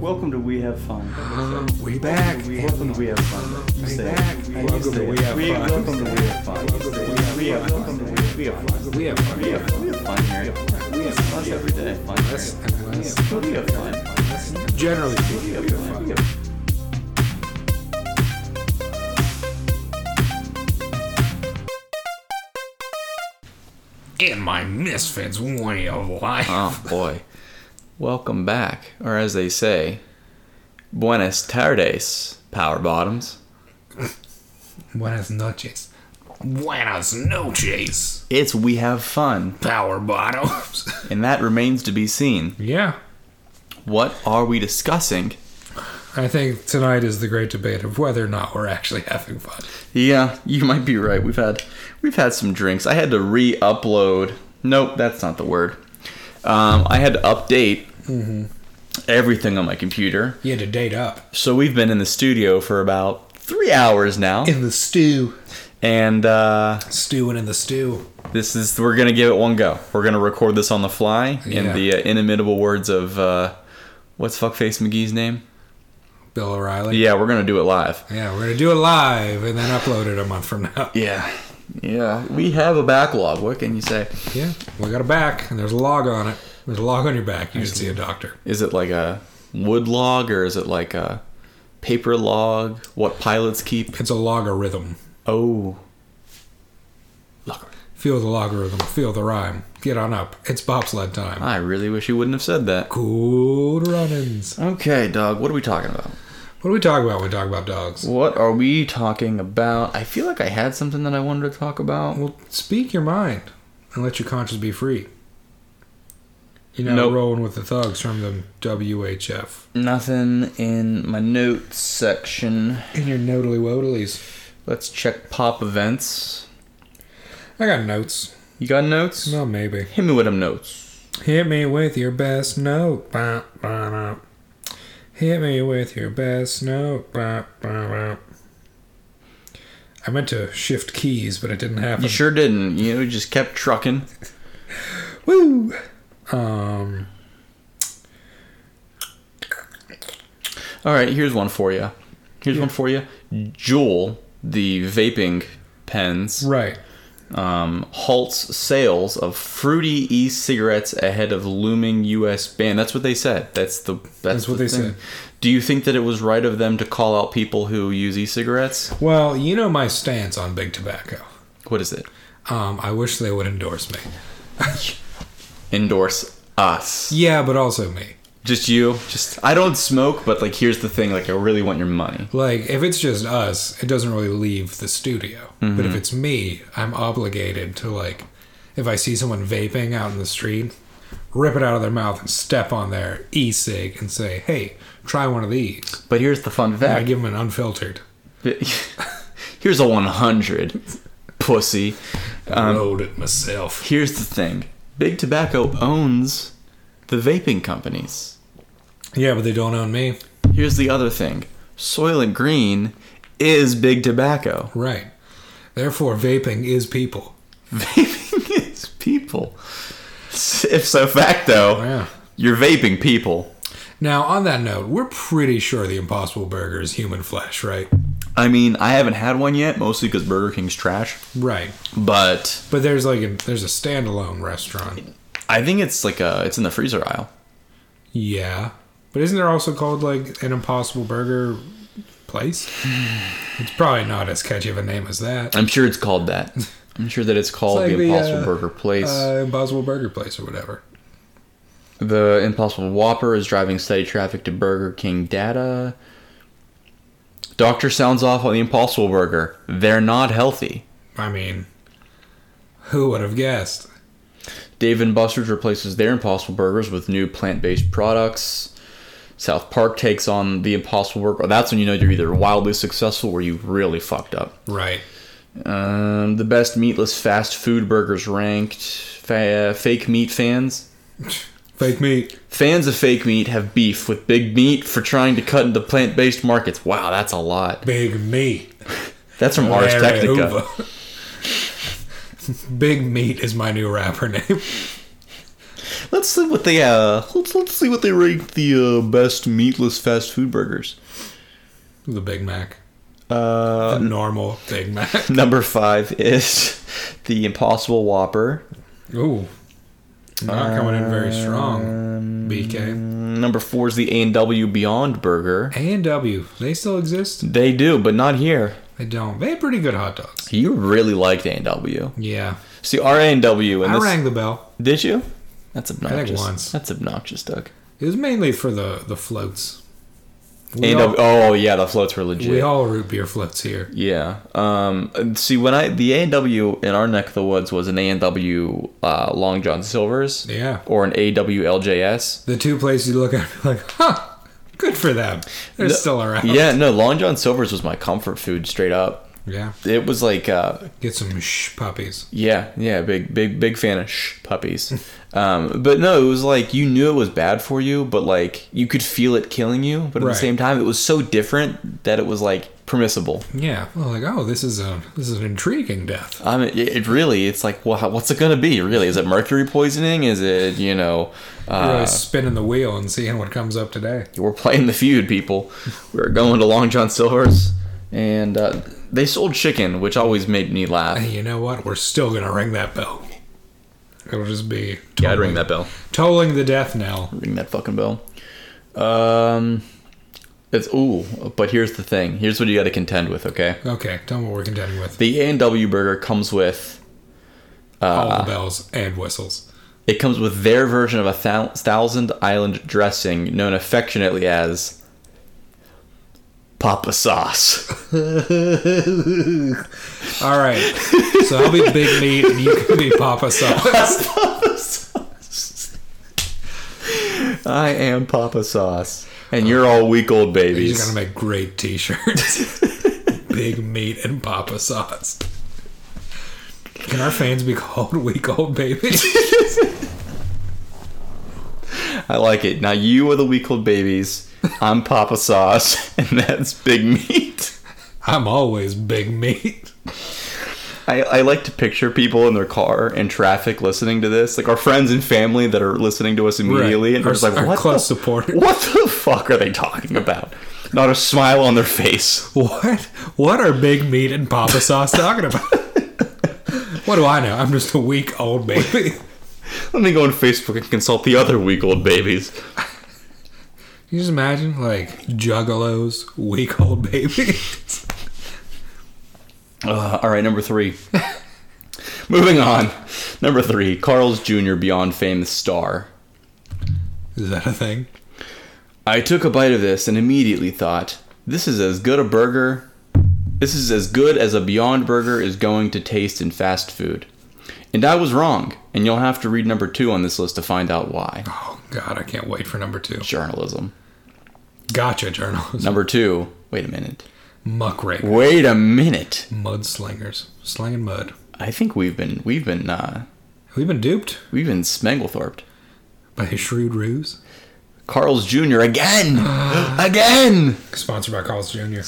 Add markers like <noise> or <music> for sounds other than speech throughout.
Welcome to We Have Fun. We back. We welcome to We Have Fun. You say it. back. You Welcome say to it. We Have Fun. Welcome to We Have Fun. You say it. We have welcome to We We have fun. We have fun. We have we have fun here. We have fun every day. Fun That's- here. that's- We have fun. Generally speaking, We we have have fun. We fun. have And my misfits way of life. Oh boy. Welcome back, or as they say, Buenas tardes, Power Bottoms. Buenas noches. Buenas noches. It's We Have Fun, Power bottoms. <laughs> and that remains to be seen. yeah. What are we discussing? I think tonight is the great debate of whether or not we're actually having fun. Yeah, you might be right. We've had we've had some drinks. I had to re-upload. Nope, that's not the word. Um, I had to update everything on my computer. You had to date up. So we've been in the studio for about three hours now, In the stew. and uh, Stewing in the stew. This is we're gonna give it one go. We're gonna record this on the fly Yeah. in the uh, inimitable words of uh, what's fuckface McGee's name. Bill O'Reilly. Yeah, we're gonna do it live. Yeah, we're gonna do it live and then upload it a month from now. Yeah, yeah. We have a backlog. What can you say? Yeah, we got a back and there's a log on it. There's a log on your back. You should see a doctor. Is it like a wood log or is it like a paper log? What pilots keep? It's a logarithm. Oh, log. Feel the logarithm. Feel the rhyme. Get on up. It's bobsled time. I really wish you wouldn't have said that. Good runnings. Okay, dog. What are we talking about? What do we talk about when we talk about dogs? What are we talking about? I feel like I had something that I wanted to talk about. Well, speak your mind and let your conscience be free. You know, Nope. rolling with the thugs from the WHF. Nothing in my notes section. In your nodally wodalies. Let's check pop events. I got notes. You got notes? Well, maybe. Hit me with them notes. Hit me with your best note. Bah, bah, bah. Hit me with your best note. Bah, bah, bah. I meant to shift keys, but it didn't happen. You sure didn't. You know, you just kept trucking. Woo! Um, All right, here's one for you. Here's one for you. Juul, the vaping pens, right. um, halts sales of fruity e-cigarettes ahead of looming U.S. ban. That's what they said. That's the that's, That's what the they thing. said. Do you think that it was right of them to call out people who use e-cigarettes? Well, you know my stance on big tobacco. What is it? Um, I wish they would endorse me. Endorse us. Yeah, but also me. Just you. Just I don't smoke, but like here's the thing, like I really want your money. Like, if it's just us, it doesn't really leave the studio. But if it's me, I'm obligated to, like, if I see someone vaping out in the street, rip it out of their mouth and step on their e cig and say, hey, try one of these. But here's the fun And I fact. give them an unfiltered <laughs> here's a 100, pussy. load it myself. Here's the thing. Big Tobacco owns the vaping companies. Yeah, but they don't own me. Here's the other thing. Soylent Green is Big Tobacco. <laughs> Right. Therefore, vaping is people. Vaping is people. If so facto, Yeah. you're vaping people. Now, on that note, we're pretty sure the Impossible Burger is human flesh, right? I mean, I haven't had one yet, mostly because Burger King's trash. Right. But But there's like a there's a standalone restaurant. I think it's like uh it's in the freezer aisle. Yeah. But isn't there also called like an impossible burger <sighs> place? it's probably not as catchy of a name as that. I'm sure it's called <laughs> that. I'm sure that it's called like the the, Impossible uh, Burger Place. Uh, impossible burger place or whatever. the Impossible Whopper is driving steady traffic to Burger King data. Doctor sounds off on the Impossible Burger. They're not healthy. I mean, who would have guessed? Dave and Buster's replaces their Impossible Burgers with new plant-based products. South Park takes on the Impossible Burger. That's when you know you're either wildly successful or you really fucked up. Right. Um, the best meatless fast food burgers ranked. Fa- uh, fake meat fans. Fake meat. Fans of fake meat have beef with Big Meat for trying to cut into plant based markets. Wow, that's a lot. Big meat. That's from Ars Larry Technica. Hoover. <laughs> Big meat is my new rapper name. Let's see what they uh let's let's see what they rank the uh, best meatless fast food burgers. <laughs> The Big Mac. Uh, A normal Big Mac. <laughs> number five is <laughs> the Impossible Whopper. Ooh. Not coming in very strong, BK. Mm, Number four is the A and W Beyond Burger. A&W, they still exist? They do, but not here. They don't. They have pretty good hot dogs. You really liked A and W. Yeah. See, our A and W and I this rang the bell. did you? That's obnoxious. once. That's obnoxious, Doug. It was mainly for the, the floats. We A&W all, oh yeah, the floats were legit. we all root beer floats here. Yeah. Um, and see, when I the A and W in our neck of the woods was an A and W uh, Long John Silver's. Yeah. Or an <laughs> AWLJS. The two places you look at and be <laughs> like, huh, good for them. They're still around. Yeah, no, Long John Silver's was my comfort food straight up. Yeah. It was like, uh, Get some shh puppies. yeah, yeah, big, big, big fan of shh <laughs> puppies. um, but no, it was like you knew it was bad for you, but like you could feel it killing you. But at Right. the same time, it was so different that it was like permissible. Yeah. Well, like, oh, this is a this is an intriguing death. I mean, it it really, it's like, well, how- what's it gonna be? Really, is it mercury poisoning? Is it you know? You're Uh, always spinning the wheel and seeing what comes up today. we're playing the feud, people. We're going to Long John Silver's, and uh, they sold chicken, which always made me laugh. And you know what? We're still gonna ring that bell. It'll just be Yeah, I'd ring that bell. tolling the death knell. Ring that fucking bell. Um, it's ooh, but here's the thing. Here's what you got to contend with. Okay, Okay, tell me what we're contending with. the A and W burger comes with Uh. All the bells and whistles. it comes with their version of a thou- thousand island dressing, known affectionately as Papa Sauce. <laughs> All right. So I'll be Big Meat and you can be Papa Sauce. I am Papa Sauce, and you're all week old You're babies. gonna make great T-shirts. <laughs> Big Meat and Papa Sauce. Can our fans be called <laughs> week old babies? I like it. Now you are the week old babies. I'm Papa Sauce, <laughs> and that's Big Meat. I'm always Big Meat. I, I like to picture people in their car in traffic listening to this, like our friends and family that are listening to us immediately, and Our- are just like, our "What close the supporters." <laughs> What the fuck are they talking about?" Not a smile on their face. <laughs> What? What are Big Meat and Papa Sauce talking about? <laughs> what do I know? I'm just a weak old baby. <laughs> Let me go on Facebook and consult the other week old babies. Can you just imagine, like, juggalos, weak old baby? <laughs> Uh, all right, number <laughs> three. Moving on. Number three, Carl's Jr. Beyond Famous Star. Is that a thing? I took a bite of this and immediately thought, this is as good a burger. This is as good as a Beyond Burger is going to taste in fast food. And I was wrong, and you'll have to read number two on this list to find out why. Oh, God, I can't wait for number two. Journalism. Gotcha, journals. Number two, wait a minute. Muckrake. Wait a minute. Mudslingers. Slinging mud. I think we've been we've been uh Have we been duped we've been smanglethorped. by a shrewd ruse? Carl's Jr. again! again! Sponsored by Carl's Jr.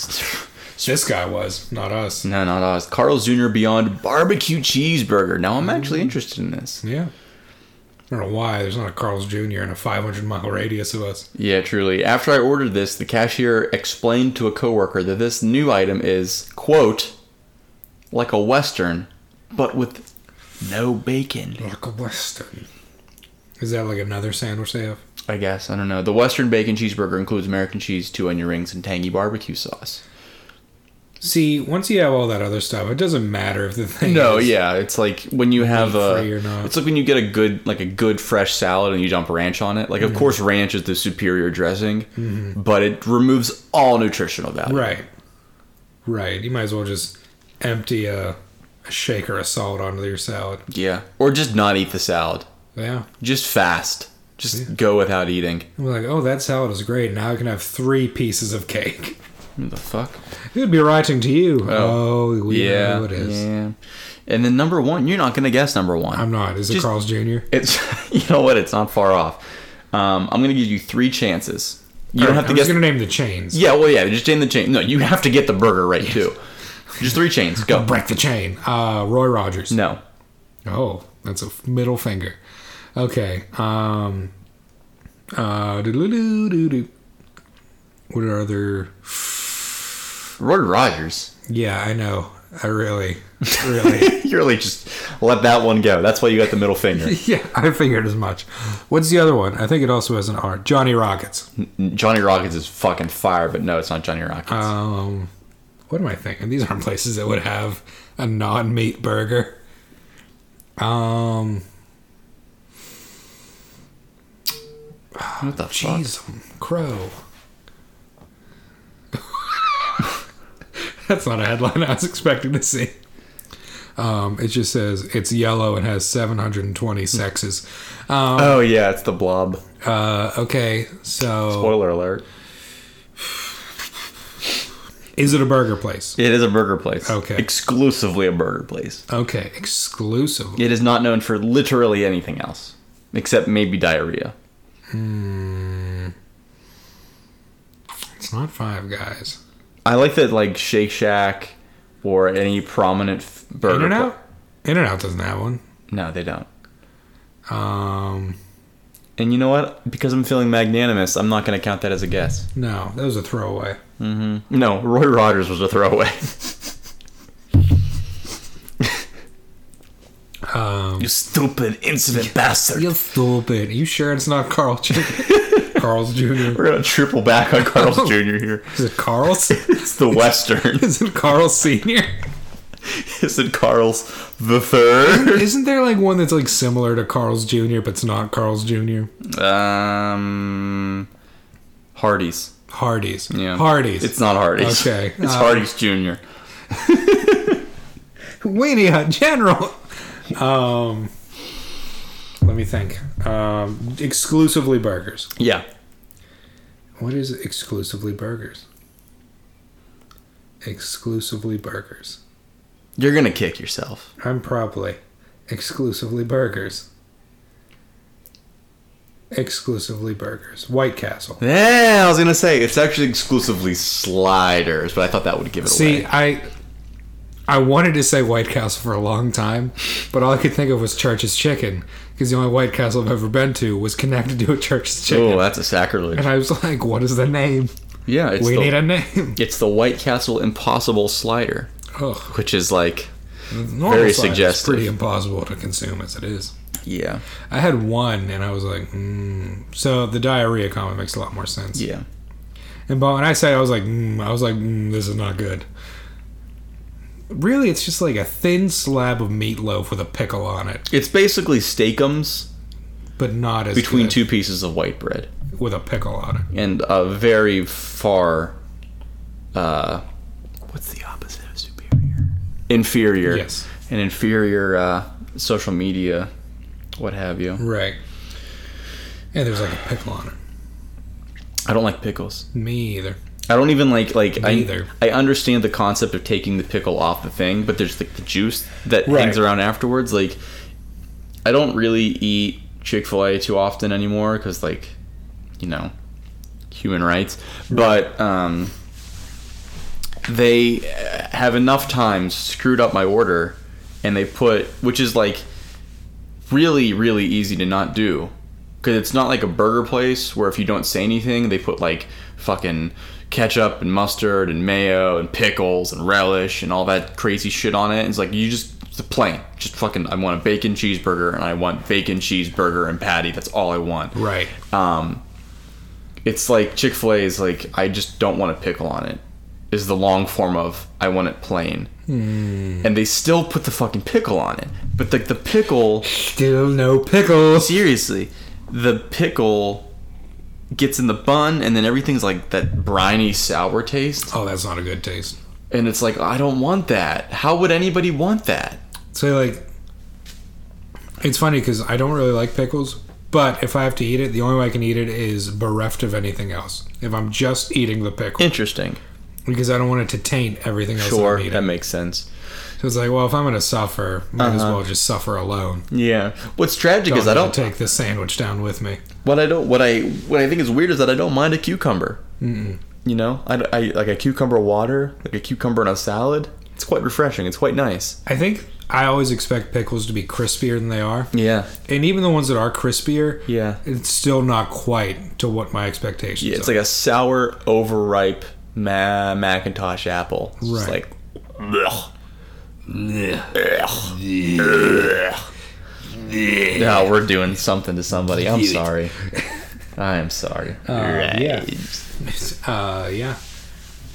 This guy was, not us. No, not us. Carl's Jr. Beyond Barbecue Cheeseburger. Now I'm actually interested in this. Yeah. I don't know why. There's not a Carl's Jr. in a 500 mile radius of us. Yeah, truly. After I ordered this, the cashier explained to a coworker that this new item is, quote, like a Western, but with no bacon. Like a Western. Is that like another sandwich they have? I guess. I don't know. The Western bacon cheeseburger includes American cheese, two onion rings, and tangy barbecue sauce. See, once you have all that other stuff, it doesn't matter if the thing. No, is- yeah, it's like when you have free or a. not. It's like when you get a good, like a good fresh salad, and you dump ranch on it. Like, Mm-hmm. of course, ranch is the superior dressing, but it removes all nutritional value. Right. Right. You might as well just empty a, a shaker of salt onto your salad. Yeah, or just not eat the salad. Yeah. Just fast. Just go without eating. I'm like, oh, that salad is great. Now I can have three pieces of cake. <laughs> What the fuck? It would be writing to you. Oh, we yeah. know it is. Yeah. And then number one, you're not gonna guess number one. I'm not. Is it Just- Carl's Jr.? It's <laughs> you know what? It's not far off. Um, I'm gonna give you three chances. You don't have to I'm guess just going to name the chains. Yeah, well, yeah, just in the chain. No, you have to get the burger right too. Just three chains. <laughs> Go. Break the chain. Uh, Roy Rogers. No. Oh, that's a f- middle finger. Okay. Um. Uh. doo-doo-doo-doo-doo. What are other? Roy Rogers. <laughs> Yeah, I know. I really, really. <laughs> you really just let that one go. That's why you got the middle finger. <laughs> yeah, I figured as much. What's the other one? I think it also has an R. Johnny Rockets. Johnny Rockets is fucking fire, but no, it's not Johnny Rockets. Um. What am I thinking? These aren't places that would have a non-meat burger. Um. what the fuck? Jeez, crow. That's not a headline I was expecting to see. Um, it just says it's yellow and has 720 sexes. Um, Oh yeah, it's the blob. uh, okay, so Spoiler alert. is it a burger place? It is a burger place. Okay. Exclusively a burger place. Okay, exclusive. It is not known for literally anything else, except maybe diarrhea. It's not Five Guys. I like that, like Shake Shack or any prominent f- burger. In and pla- Out. In and Out doesn't have one. no, they don't. Um, And you know what? Because I'm feeling magnanimous, I'm not going to count that as a guess. no, that was a throwaway. No, Roy Rogers was a throwaway. <laughs> Um, you stupid incident bastard. you stupid. you sure it's not <laughs> Carl? Carl's Jr. We're going to triple back on <laughs> Carl's Oh. Jr. here. Is it Carl's? It's the Western. Is it Carl Senior? <laughs> Is it Carl's the third? Isn't there like one that's like similar to Carl's Jr. but it's not Carl's Jr. Um, Hardee's. Hardee's. Yeah. Hardee's. It's not Hardee's. Okay, <laughs> It's um, Hardee's Jr. Weenie Hut General. Um, let me think. Um, exclusively burgers. Yeah. What is exclusively burgers? Exclusively burgers. You're going to kick yourself. I'm probably exclusively burgers. Exclusively burgers. White Castle. Yeah, I was going to say, it's actually exclusively sliders, but I thought that would give it See, away. I I wanted to say White Castle for a long time, but all I could think of was Church's Chicken because the only White Castle I've ever been to was connected to a Church's Chicken, Oh, that's a sacrilege. and I was like, "What is the name? Yeah, it's we the, need a name." <laughs> It's the White Castle Impossible Slider, Ugh, which is like, normal Very size is suggestive. pretty impossible to consume as it is. yeah, I had one, and I was like, mm. "So the diarrhea comment makes a lot more sense." yeah. And but when I said, it, I was like, mm, I was like, mm, this is not good. Really, it's just like a thin slab of meatloaf with a pickle on it, It's basically steakums but not as between good. two pieces of white bread, with a pickle on it. and a very far, uh, what's the opposite of superior? Inferior. Yes. An inferior uh, social media, what have you. Right. And there's like a pickle on it. I don't like pickles. Me either. I don't even like like I, Neither. I understand the concept of taking the pickle off the thing, but there's like the juice that Right. hangs around afterwards. Like I don't really eat Chick Fil A too often anymore because like you know human rights, but um, they uh, have enough times screwed up my order, and they put which is like really really easy to not do because it's not like a burger place where if you don't say anything they put like fucking ketchup and mustard and mayo and pickles and relish and all that crazy shit on it it's like you just it's plain just fucking i want a bacon cheeseburger and i want bacon cheeseburger and patty that's all i want Right. um it's like chick-fil-a is like i just don't want a pickle on it is the long form of i want it plain and they still put the fucking pickle on it but like the pickle Still no pickles. seriously, the pickle gets in the bun, and then everything's like that briny sour taste, Oh, that's not a good taste. and it's like I don't want that. How would anybody want that? So like, it's funny because I don't really like pickles, but if I have to eat it, the only way I can eat it is bereft of anything else. If I'm just eating the pickle. Interesting. because I don't want it to taint everything else. Sure, I'm eating. that makes sense. So it's like, well, if I'm going to suffer, might as well just suffer alone. Yeah. What's tragic is Uh-huh. I need to don't. take this sandwich down with me. what I don't. What I. What I think is weird is that I don't mind a cucumber. You know, I, I like a cucumber water, like a cucumber in a salad. It's quite refreshing. It's quite nice. I think I always expect pickles to be crispier than they are, Yeah. and even the ones that are crispier, Yeah. it's still not quite to what my expectations. Yeah, it's are. like a sour, overripe ma- Macintosh apple. It's just Right. like, ugh. Ugh. No, we're doing something to somebody. I'm sorry. I am sorry. yeah. uh, yeah.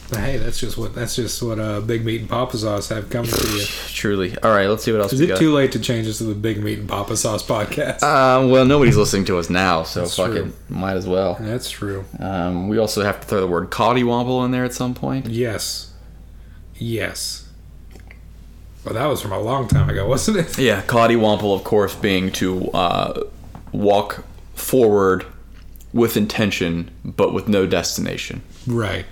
But hey, that's just what that's just what uh, big meat and papa sauce have coming to <laughs> you. Truly. All right, let's see what else Is we it got. too late to change this to the big meat and papa sauce podcast? uh, well, nobody's listening to us now, so That's fuck true. it. Might as well. that's true. Um, we also have to throw the word cottywomble in there at some point. Yes, yes. Well, that was from a long time ago, <laughs> wasn't it? Yeah, cottywomple, of course, being to uh, walk forward with intention, but with no destination. Right.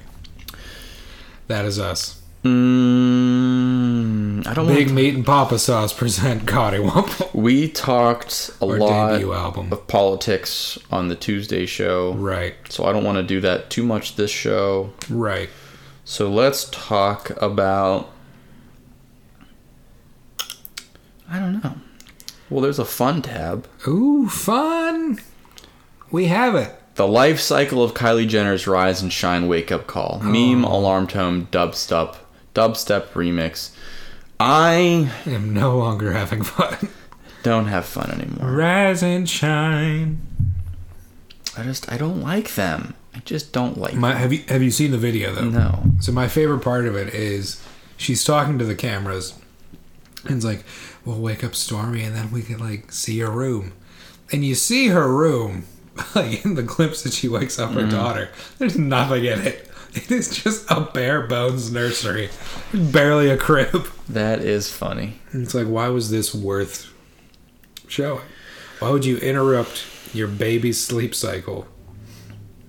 That is us. Mm, I don't Big want. Meat and Papa Sauce present <laughs> Cotty Wumple. We talked a Our lot debut album. of politics on the Tuesday show, Right, so I don't want to do that too much this show. right. So let's talk about. I don't know. Well, there's a fun tab. Ooh, fun. We have it. The life cycle of Kylie Jenner's rise and shine wake up call. Meme, alarm tone, dubstep, dubstep remix. I I am no longer having fun. <laughs> don't have fun anymore. Rise and shine. I just I don't like them. I just don't like My, have you have you seen the video though? them. No. So my favorite part of it is she's talking to the cameras and it's like, We'll wake up Stormy and then we can like see her room. And you see her room <laughs> like in the clips that she wakes up her daughter. There's nothing in it. It is just a bare bones nursery. Barely a crib. That is funny. And it's like, why was this worth showing? Why would you interrupt your baby's sleep cycle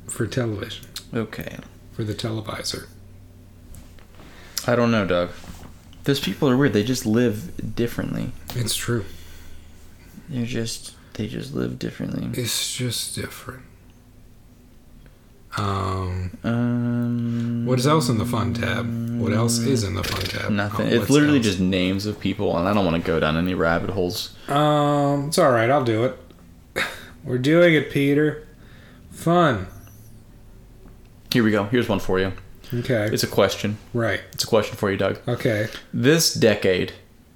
for television? Okay. For the televisor. I don't know, Doug. Those people are weird. They just live differently. It's true. They're just they just live differently. It's just different. Um, Um what is else in the fun tab? What else is in the fun tab? Nothing. Oh, it's what's literally else? just names of people, and I don't want to go down any rabbit holes. Um, it's all right. I'll do it. <laughs> We're doing it, Peter. Fun. Here we go. Here's one for you. Okay. It's a question. right. It's a question for you, Doug. Okay. This decade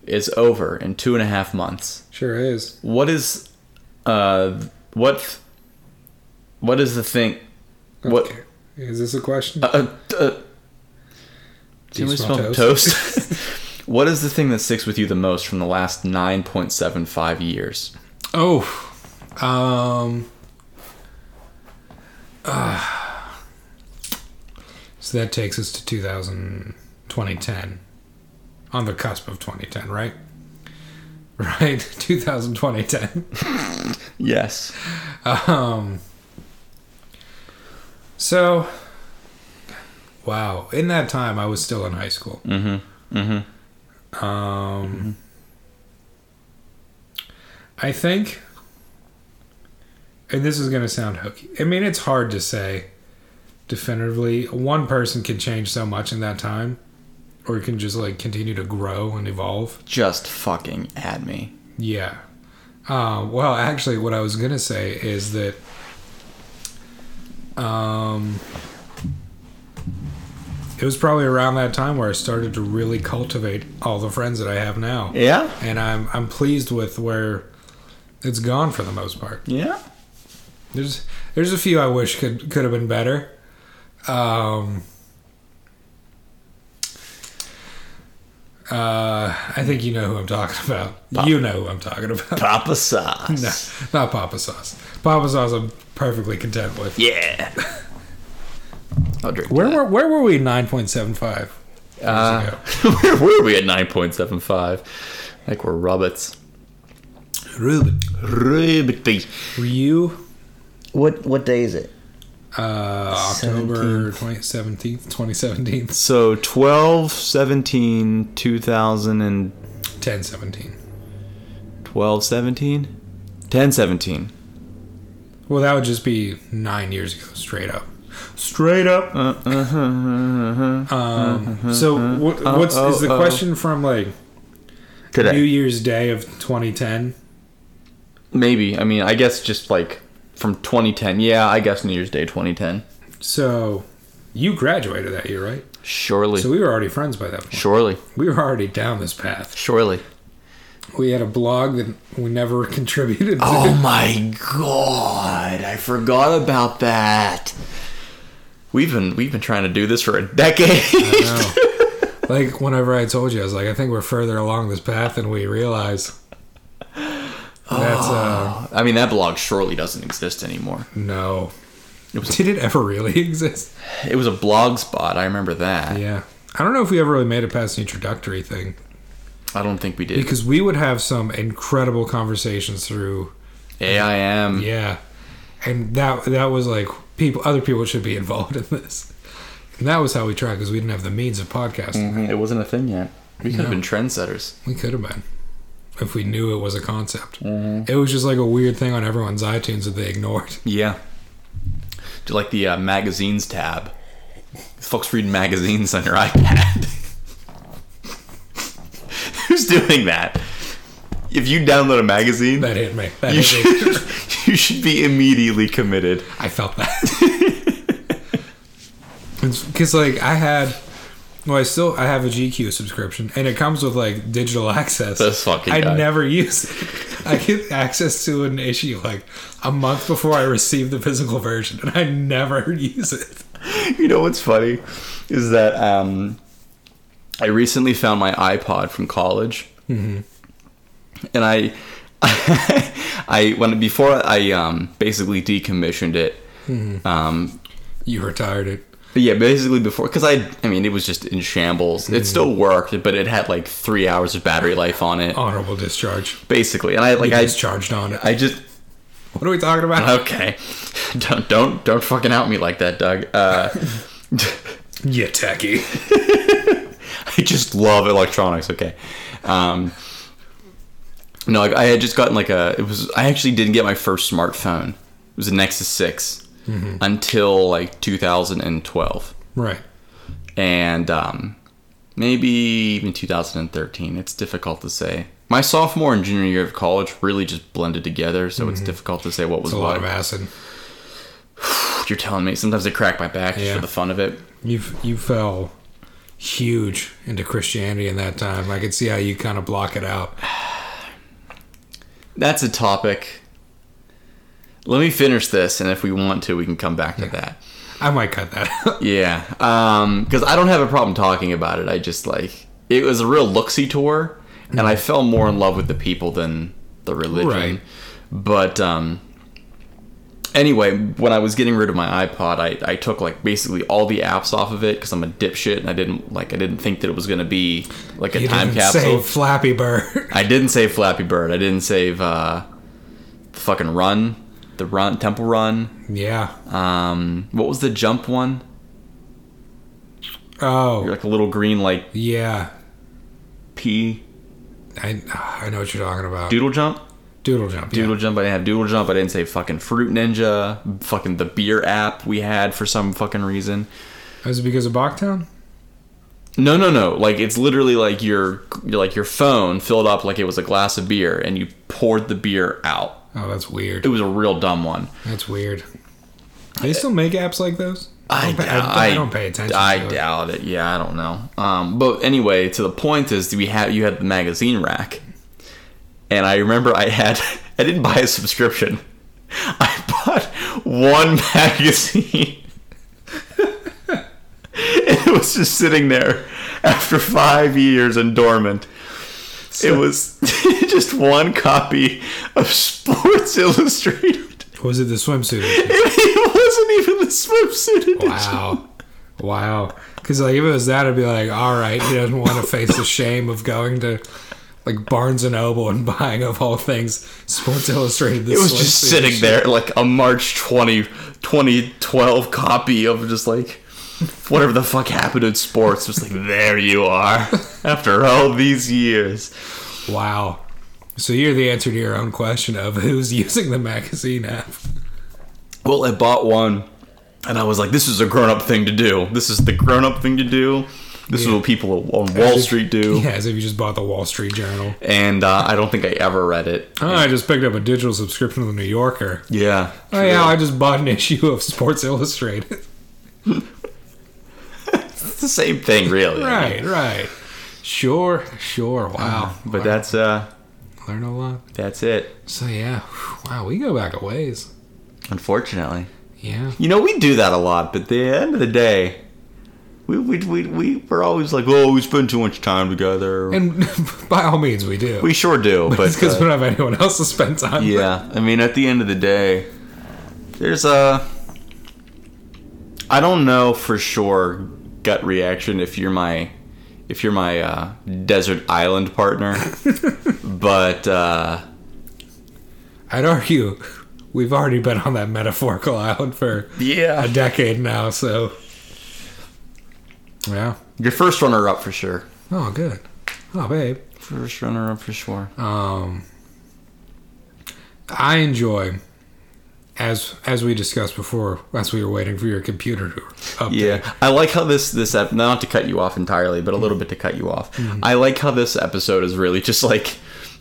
is over in two and a half months. Sure is. What is, uh, what, what is the thing? What? Okay. Is this a question? Uh, uh, uh, Do you can we smell smell <laughs> toast? <laughs> what is the thing that sticks with you the most from the last nine point seven five years? Oh, um, uh, ah. so that takes us to 2000, 2010, on the cusp of 2010, right? <laughs> Right, 2000, 2010. Yes. Um, so, wow, in that time I was still in high school. Mm-hmm. Mm-hmm. Um, I think, and this is going to sound hooky. I mean, it's hard to say definitively. One person can change so much in that time, or can just like continue to grow and evolve. Just fucking at me. Yeah. Um, well, actually, what I was gonna say is that. Um, it was probably around that time where I started to really cultivate all the friends that I have now Yeah. and I'm I'm pleased with where it's gone for the most part. Yeah. There's there's a few I wish could could have been better. Um, uh, I think you know who I'm talking about. You know who I'm talking about. Papa sauce. No, <laughs> not Papa Sauce. Papa Sauce, I'm perfectly content with. Yeah. <laughs> I'll drink. Where were where were we? Nine point seven five. Uh, <laughs> where were we at 9.75? Like we're robots. Ruben, Ruby. were you What what day is it? uh, October twenty seventeenth, twenty seventeen, So 12, 17, 2012, ten seventeen? 17? 10, 17. Well, that would just be nine years ago, straight up. Straight up. Uh, uh-huh, uh-huh. Um, so, what, what's is the oh, oh. question from like Today. New Year's Day of 2010. Maybe. I mean, I guess just like from 2010. Yeah, I guess New Year's Day 2010. So you graduated that year, right? Surely. So we were already friends by that point. surely. We were already down this path. Surely. We had a blog that we never <laughs> contributed <laughs> to. Oh my god, I forgot about that. We've been we've been trying to do this for a decade. Like whenever I told you, I was like, I think we're further along this path than we realize. That's uh <laughs> I mean that blog surely doesn't exist anymore. no. was- Did it ever really <laughs> exist? It was a blog spot, I remember that. Yeah. I don't know if we ever really made it past the introductory thing I don't think we did. because we would have some incredible conversations through AIM. yeah. And that that was like people other people should be <laughs> involved in this. And that was how we tried because we didn't have the means of podcasting. Mhm, It wasn't a thing yet. We could have been trendsetters. We could have been if we knew it was a concept. Mm-hmm. It was just like a weird thing on everyone's iTunes that they ignored. <laughs> Yeah. Do like the uh, magazines tab. These folks reading magazines on your iPad. <laughs> Who's doing that? If you download a magazine, That <laughs> hit me. That you hit me. should, you should <laughs> be immediately committed. I felt that. <laughs> Because like I had, well, I still I have a GQ subscription, and it comes with like digital access. This fucking I guy. never use it. I get access to an issue like a month before I receive the physical version, and I never <laughs> use it. You know what's funny is that um, I recently found my iPod from college, and I, <laughs> I when before I um, basically decommissioned it. Um, You retired it. But yeah, basically before, because I, I mean, it was just in shambles. It still worked, but it had like three hours of battery life on it, Honorable discharge. basically. And I like, You I, discharged on Oh. it. I just what are we talking about? okay, don't, don't, don't fucking out me like that, Doug. Uh, you techie. <laughs> I just love electronics. Okay, um, no, like, I had just gotten like a. It was I actually didn't get my first smartphone. It was a Nexus 6 Mm-hmm. until like 2012. Right. and um, maybe even 2013. It's difficult to say. My sophomore and junior year of college really just blended together, so it's difficult to say what was Mm-hmm. It's what. a lot of acid. You're telling me. Sometimes I crack my back just Yeah. for the fun of it. You you fell huge into Christianity in that time. I could see how you kind of block it out. That's a topic. Let me finish this, and if we want to, we can come back to that. I might cut that. out. Yeah, because I don't have a problem talking about it. I just like it was a real looksy tour, and I fell more in love with the people than the religion. Mm. Right. But um, anyway, when I was getting rid of my iPod, I, I took like basically all the apps off of it because I'm a dipshit and I didn't like I didn't think that it was gonna be like a you time didn't capsule. say Flappy Bird. <laughs> I didn't save Flappy Bird. I didn't save uh, the fucking Run, the Run Temple Run. yeah. Um, what was the Jump one? Oh. Like a little green like Yeah. pea I I know what you're talking about. doodle jump. Doodle jump. yeah. Doodle Jump. I didn't have Doodle Jump. I didn't say fucking Fruit Ninja. Fucking the beer app we had for some fucking reason. Was it because of Bogtown? No, no, no. Like it's literally like your like your phone filled up like it was a glass of beer, and you poured the beer out. Oh, that's It weird. was a real dumb one. That's weird. They still make apps like those? I, don't pay- doubt- I don't pay attention I to it. doubt it. Yeah, I don't know. Um, but anyway, to the point is, we had you had the magazine rack, and I remember I had <laughs> I didn't buy a subscription. <laughs> I bought one <laughs> magazine. <laughs> it was just sitting there after five years and dormant. It was <laughs> just one copy of Sports Illustrated. <laughs> Was it the swimsuit? issue? It wasn't even the swimsuit edition. Wow. Wow. Because like if it was that, I'd be like, all right, he doesn't want to face the shame of going to like Barnes and Noble and buying of all things Sports Illustrated. This It was just sitting there, like a March 20, 2012 copy of just like whatever the fuck happened in sports. Just like, there you are <laughs> after all these years. Wow. So you're the answer to your own question of who's using the magazine app. Well, I bought one and I was like, this is a grown up thing to do. This is the grown up thing to do. This is what people on Wall Street do. <laughs> Yeah, as if you just bought the Wall <laughs> Street Journal. And uh, I don't think I ever read it. Oh, I just picked up a digital subscription to the New Yorker. Yeah. Oh true. yeah, I just bought an issue of Sports Illustrated. <laughs> It's the same thing, really. <laughs> right, right. Sure, sure. Wow. But that's uh, learn a lot. that's it. So yeah, wow, we go back a ways. Unfortunately, Yeah. you know we do that a lot. But at the end of the day, we we we, we we're always like, oh, we spend too much time together. And <laughs> by all means, we do. we sure do. But it's because uh, we don't have anyone else to spend time. with. Yeah, I mean, at the end of the day, there's a. I don't know for sure gut reaction if you're my, if you're my uh, desert island partner, but uh, I'd argue we've already been on that metaphorical <laughs> island for a yeah, decade now. So yeah. your first runner up for sure. Oh, good. Oh, babe. First runner up for sure. Um, I enjoy, as as we discussed before, as we were waiting for your computer to update. Yeah, I like how this this ep- not to cut you off entirely, but a little bit to cut you off. I like how this episode is really just like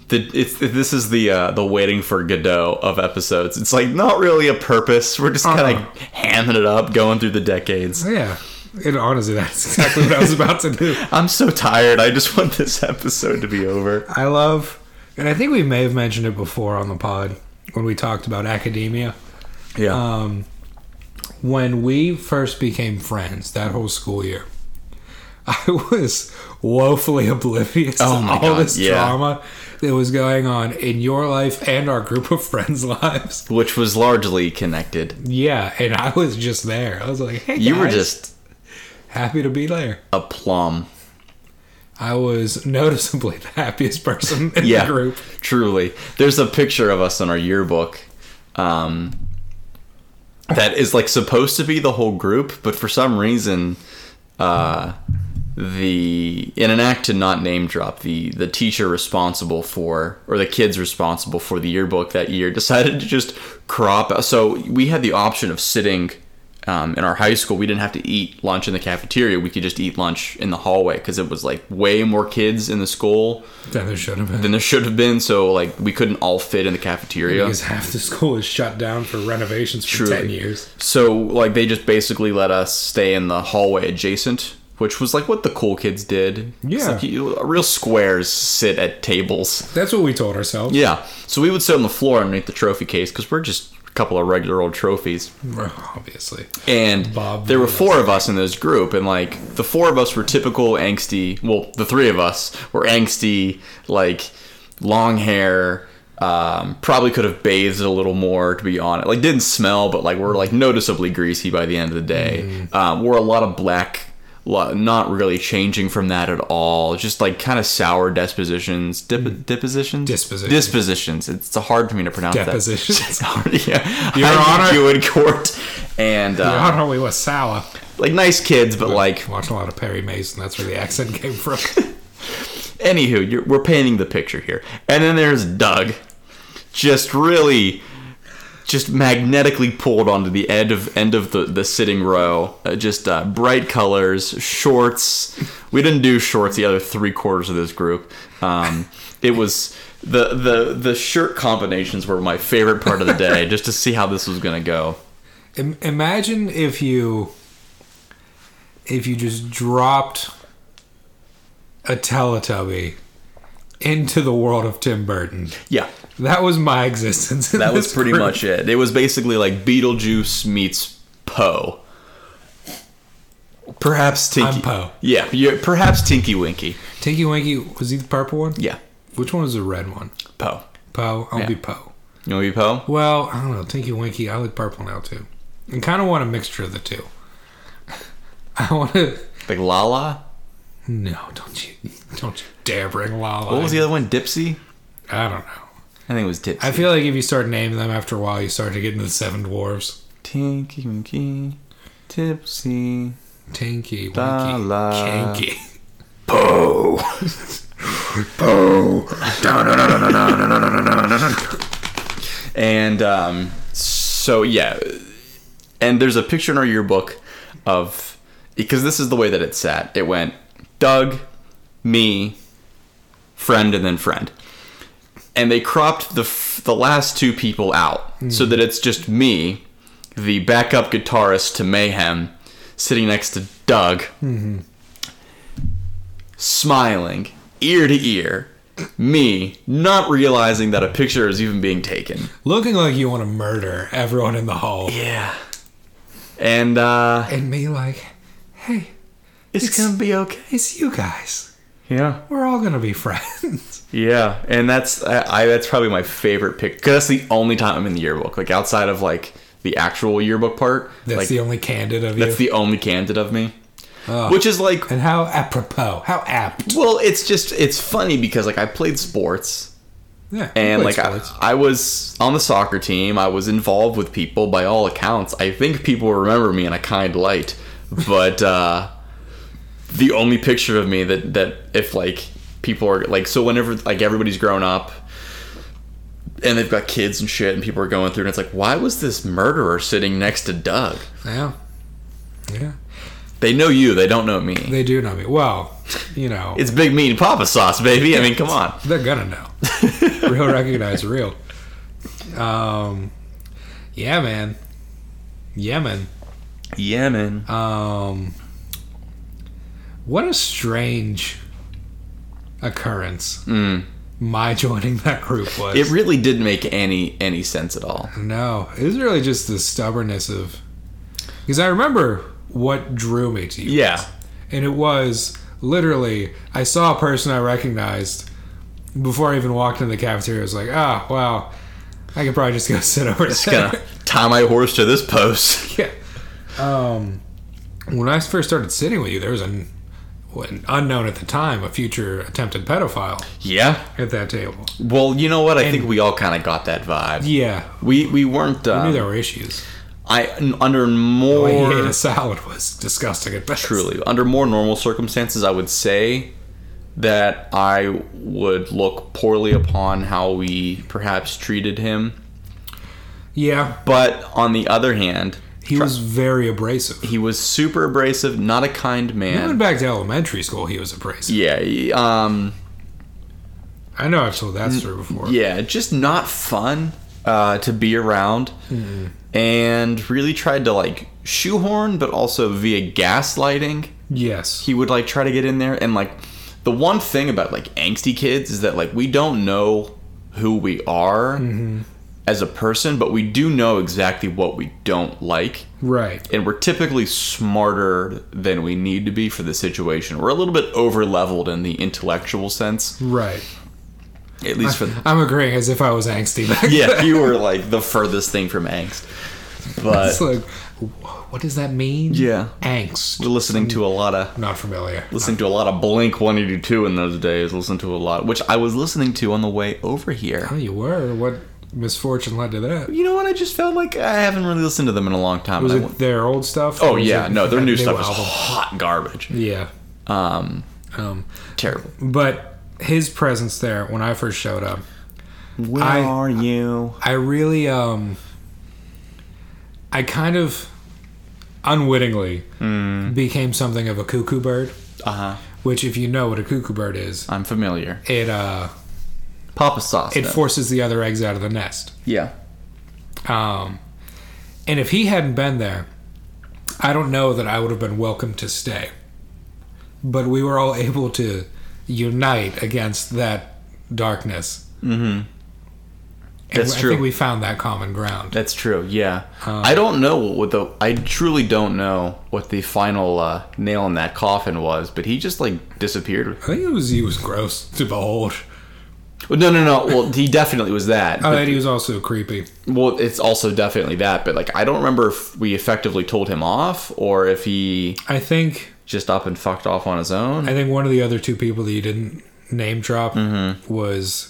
the it's this is the uh, the waiting for Godot of episodes. It's like not really a purpose. We're just kind of Uh-huh. hamming it up, going through the <laughs> decades. Yeah. And <laughs> honestly, that's exactly what I was about to do. I'm so tired. I just want this episode to be over. I love, and I think we may have mentioned it before on the pod when we talked about academia. Yeah, When we first became friends that whole school year, <laughs> I was woefully oblivious Oh to my all God, this yeah. drama that was going on in your life and our group of <laughs> friends' lives. which was largely connected. Yeah, and I was just there. I was like, hey, You were guys, just happy to be there. a plum. I was noticeably <laughs> the happiest person in yeah, the group. Truly, there's a picture of us in our yearbook. Um, that is like supposed to be the whole group, but for some reason, uh, the in an act to not name drop, the the teacher responsible for or the kids responsible for the yearbook that year <laughs> decided to just crop. out. So we had the option of sitting. Um, in our high school, we didn't have to eat lunch in the cafeteria. We could just eat lunch in the hallway because it was like way more kids in the school Then there should have been. than there should have been. So like we couldn't all fit in the cafeteria. Because half the school is shut down for renovations for Truly. 10 years. So like they just basically let us stay in the hallway adjacent, which was like what the cool kids did. It's Yeah. like you, real squares sit at tables. That's what we told ourselves. Yeah, so we would sit on the floor underneath the trophy case because we're just a couple of regular old trophies. Obviously. And Bob there were Williams. four of us in this group, and like the four of us were typical angsty. Well, the three of us were angsty, like long hair. Um, probably could have bathed a little more to be honest. Like didn't smell, but like were like noticeably greasy by the end of the day. Mm. Um, wore a lot of black. lo- Not really changing from that at all. Just like kind of sour dispositions, dip, depositions, Mm. Dispositions. dispositions. It's hard for me to pronounce Depositions. that. It's hard, <laughs> yeah, Your I Honor. need you in court, and uh, I don't know, we were sour. like nice kids, but like Watched a lot of Perry Mason. That's where the accent came from. <laughs> anywho, you're, we're painting the picture here. And then there's Doug, just really, just magnetically pulled onto the end of end of the the sitting row. Uh, just uh, bright colors, shorts. We didn't do shorts. The other three quarters of this group, um, it was. The, the the shirt combinations were my favorite part of the day, just to see how this was gonna go. Im- imagine if you if you just dropped a Teletubby into the world of Tim Burton. Yeah, That was my existence. <laughs> in that was this pretty group. much it. It was basically like Beetlejuice meets Poe. Perhaps Tinky. I'm Poe. Yeah, you perhaps Tinky Winky. Tinky Winky was he the purple one? Yeah, Which one was the red one? Poe. Poe. I'll Yeah. be Poe. You want to be Poe? Well, I don't know. Tinky Winky. I like purple now too, and kind of want a mixture of the two. <laughs> I want to. Like Lala? No, don't you, don't you dare bring Lala. What was the other one? Dipsy? I don't know. I think it was Dipsy. I feel like if you start naming them after a while, you start to get into the Seven Dwarves. Tinky Winky, Dipsy, Tinky, Winky, Lala. Kinky. Poe. And um, so yeah, and there's a picture in our yearbook of because this is the way that it sat. It went Doug, me, friend, and then friend. And they cropped the f- the last two people out so that it's just me, the backup guitarist to Mayhem, sitting next to Doug, smiling ear to ear. Me not realizing that a picture is even being taken. Looking like you want to murder everyone in the hall. Yeah. And uh And me like, hey, it's, It's- gonna be okay. it's you guys. Yeah. We're all gonna be <laughs> friends. Yeah, and that's I, I that's probably my favorite pick because that's the only time I'm in the yearbook. Like outside of like the actual yearbook part, That's like the only candid of that's you. the only candid of me, Oh. which is like and how apropos, how apt. well, it's just it's funny because like I played sports Yeah. and like I, sports. I was on the soccer team. I was involved with people by all accounts. I think people remember me in a kind light, but uh, the only picture of me that that if like people are like so whenever like everybody's grown up and they've got kids and shit and people are going through and it's like why was this murderer sitting next to Doug? yeah. Yeah. They know you, they don't know me. They do know me. Well, you know, It's big mean papa sauce, baby. I mean, come on. they're <laughs> gonna know. real recognize real. Um, yeah, man. Yeah, man. Yeah, man. Um, what a strange occurrence. My joining that group was. Mm. It really didn't make any any sense at all. no, it was really just the stubbornness of. Because I remember what drew me to you. Yeah. And it was literally, I saw a person I recognized before I even walked into the cafeteria. I was like, ah, wow, I could probably just go <laughs> sit over <laughs> there. gonna tie my horse to this post. yeah. Um, when I first started sitting with you, there was an, an unknown at the time, a future attempted pedophile Yeah. at that table. Well, you know what? I think we all kind of got that vibe. Yeah, um, We we weren't. I Uh, knew there were issues. I n- under The more way he ate a salad was disgusting at best. truly under more normal circumstances, I would say that I would look poorly upon how we perhaps treated him. Yeah, But on the other hand, he was very abrasive. he was super abrasive, not a kind Even man. back to elementary school, he was abrasive. Yeah. he- Um. I know I've told that story before. Yeah. Just not fun uh, to be around. And really tried to like shoehorn, but also via gaslighting. Yes. he would like try to get in there and like the one thing about like angsty kids is that like we don't know who we are as a person but we do know exactly what we don't like Right. and we're typically smarter than we need to be for the situation we're a little bit over leveled in the intellectual sense Right. at least for I'm agreeing as if I was angsty <laughs> back yeah <laughs> you were like the furthest thing from angst <laughs> It's but like, wh- what does that mean? Yeah. Angst. we're listening to a lot of Not familiar. listening to a lot of blink 182 in those days listening to a lot which i was listening to on the way over here Oh, you were. What misfortune led to that? You know what? I just felt like I haven't really listened to them in a long time. Was and I it went- their old stuff? oh or was yeah, it no, their that new stuff is album? hot garbage. Yeah. Um, Um, terrible. but his presence there when I first showed up, Where I- are you? I really, um, I kind of unwittingly Hmm. became something of a cuckoo bird. Uh huh. Which, if you know what a cuckoo bird is, I'm familiar. it uh, Papa sauce. it then. forces the other eggs out of the nest. yeah. Um, and if he hadn't been there, I don't know that I would have been welcome to stay. But we were all <laughs> able to unite against that darkness. Mm-hmm. That's and I true. think we found that common ground. That's true. Yeah. Uh. I don't know what the. I truly don't know what the final uh, nail in that coffin was, but he just like disappeared. I think it was he was gross to behold. Well, no, no, no. Well, he definitely was that. Oh, but- and he was also creepy. well, it's also definitely that. But like, I don't remember if we effectively told him off or if he I think just up and fucked off on his own. I think one of the other two people that you didn't name drop was.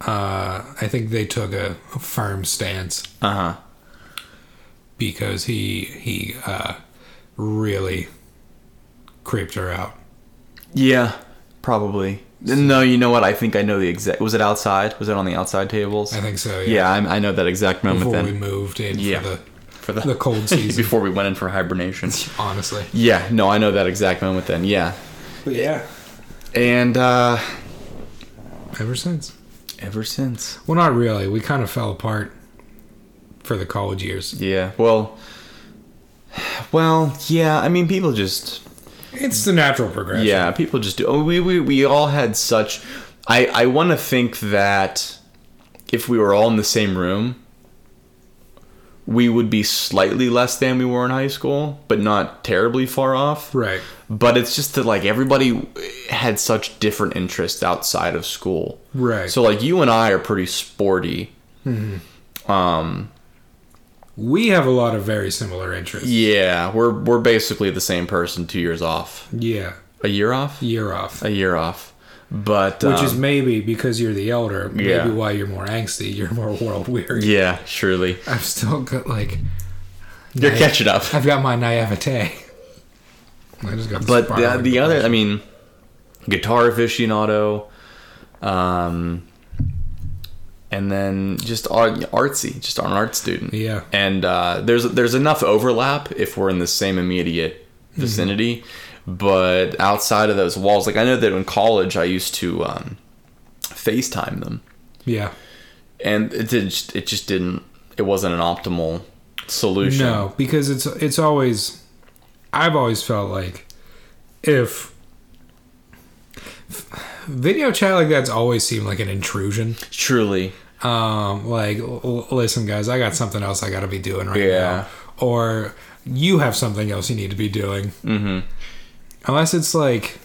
Uh, I think they took a, a firm stance. Uh huh. because he he uh, really creeped her out. Yeah, probably. No, you know what? I think I know the exact. Was it outside? Was it on the outside tables? I think so. Yeah. yeah, I'm, I know that exact moment. Before we Then moved in Yeah. for the for the, The <laughs> cold season. before we went in for hibernation. honestly. Yeah, no, I know that exact moment then. Yeah. But yeah. And uh Ever since. ever since. Well, not really. We kind of fell apart for the college years. Yeah. Well, <sighs> well, yeah, I mean people just It's the natural progression. yeah, people just do. Oh, we we we all had such I I want to think that if we were all in the same room, we would be slightly less than we were in high school, but not terribly far off. Right. But it's just that like everybody had such different interests outside of school. Right. So like you and I are pretty sporty. we have a lot of very similar interests. Yeah, we're we're basically the same person. Two years off, Yeah. a year off, Year off. a year off. But Which is um, maybe because you're the elder, maybe Yeah. why you're more angsty, you're more <laughs> world weary. yeah, surely I've still got like you're naive- catching <laughs> up. I've got my naivete. <laughs> I just got But the, spiraling the other, I depression. mean, guitar aficionado, um, and then just art, artsy, just an art student. Yeah. And uh, there's there's enough overlap if we're in the same immediate Mm-hmm. vicinity, but outside of those walls, like I know that in college I used to um, FaceTime them. yeah, and it did, it just didn't it wasn't an optimal solution no, because it's it's always I've always felt like if video chat like that's always seemed like an intrusion. truly um, like, l- l- listen, guys, I got something else I got to be doing right Yeah. now, or you have something else you need to be doing. Mm-hmm. Unless it's like,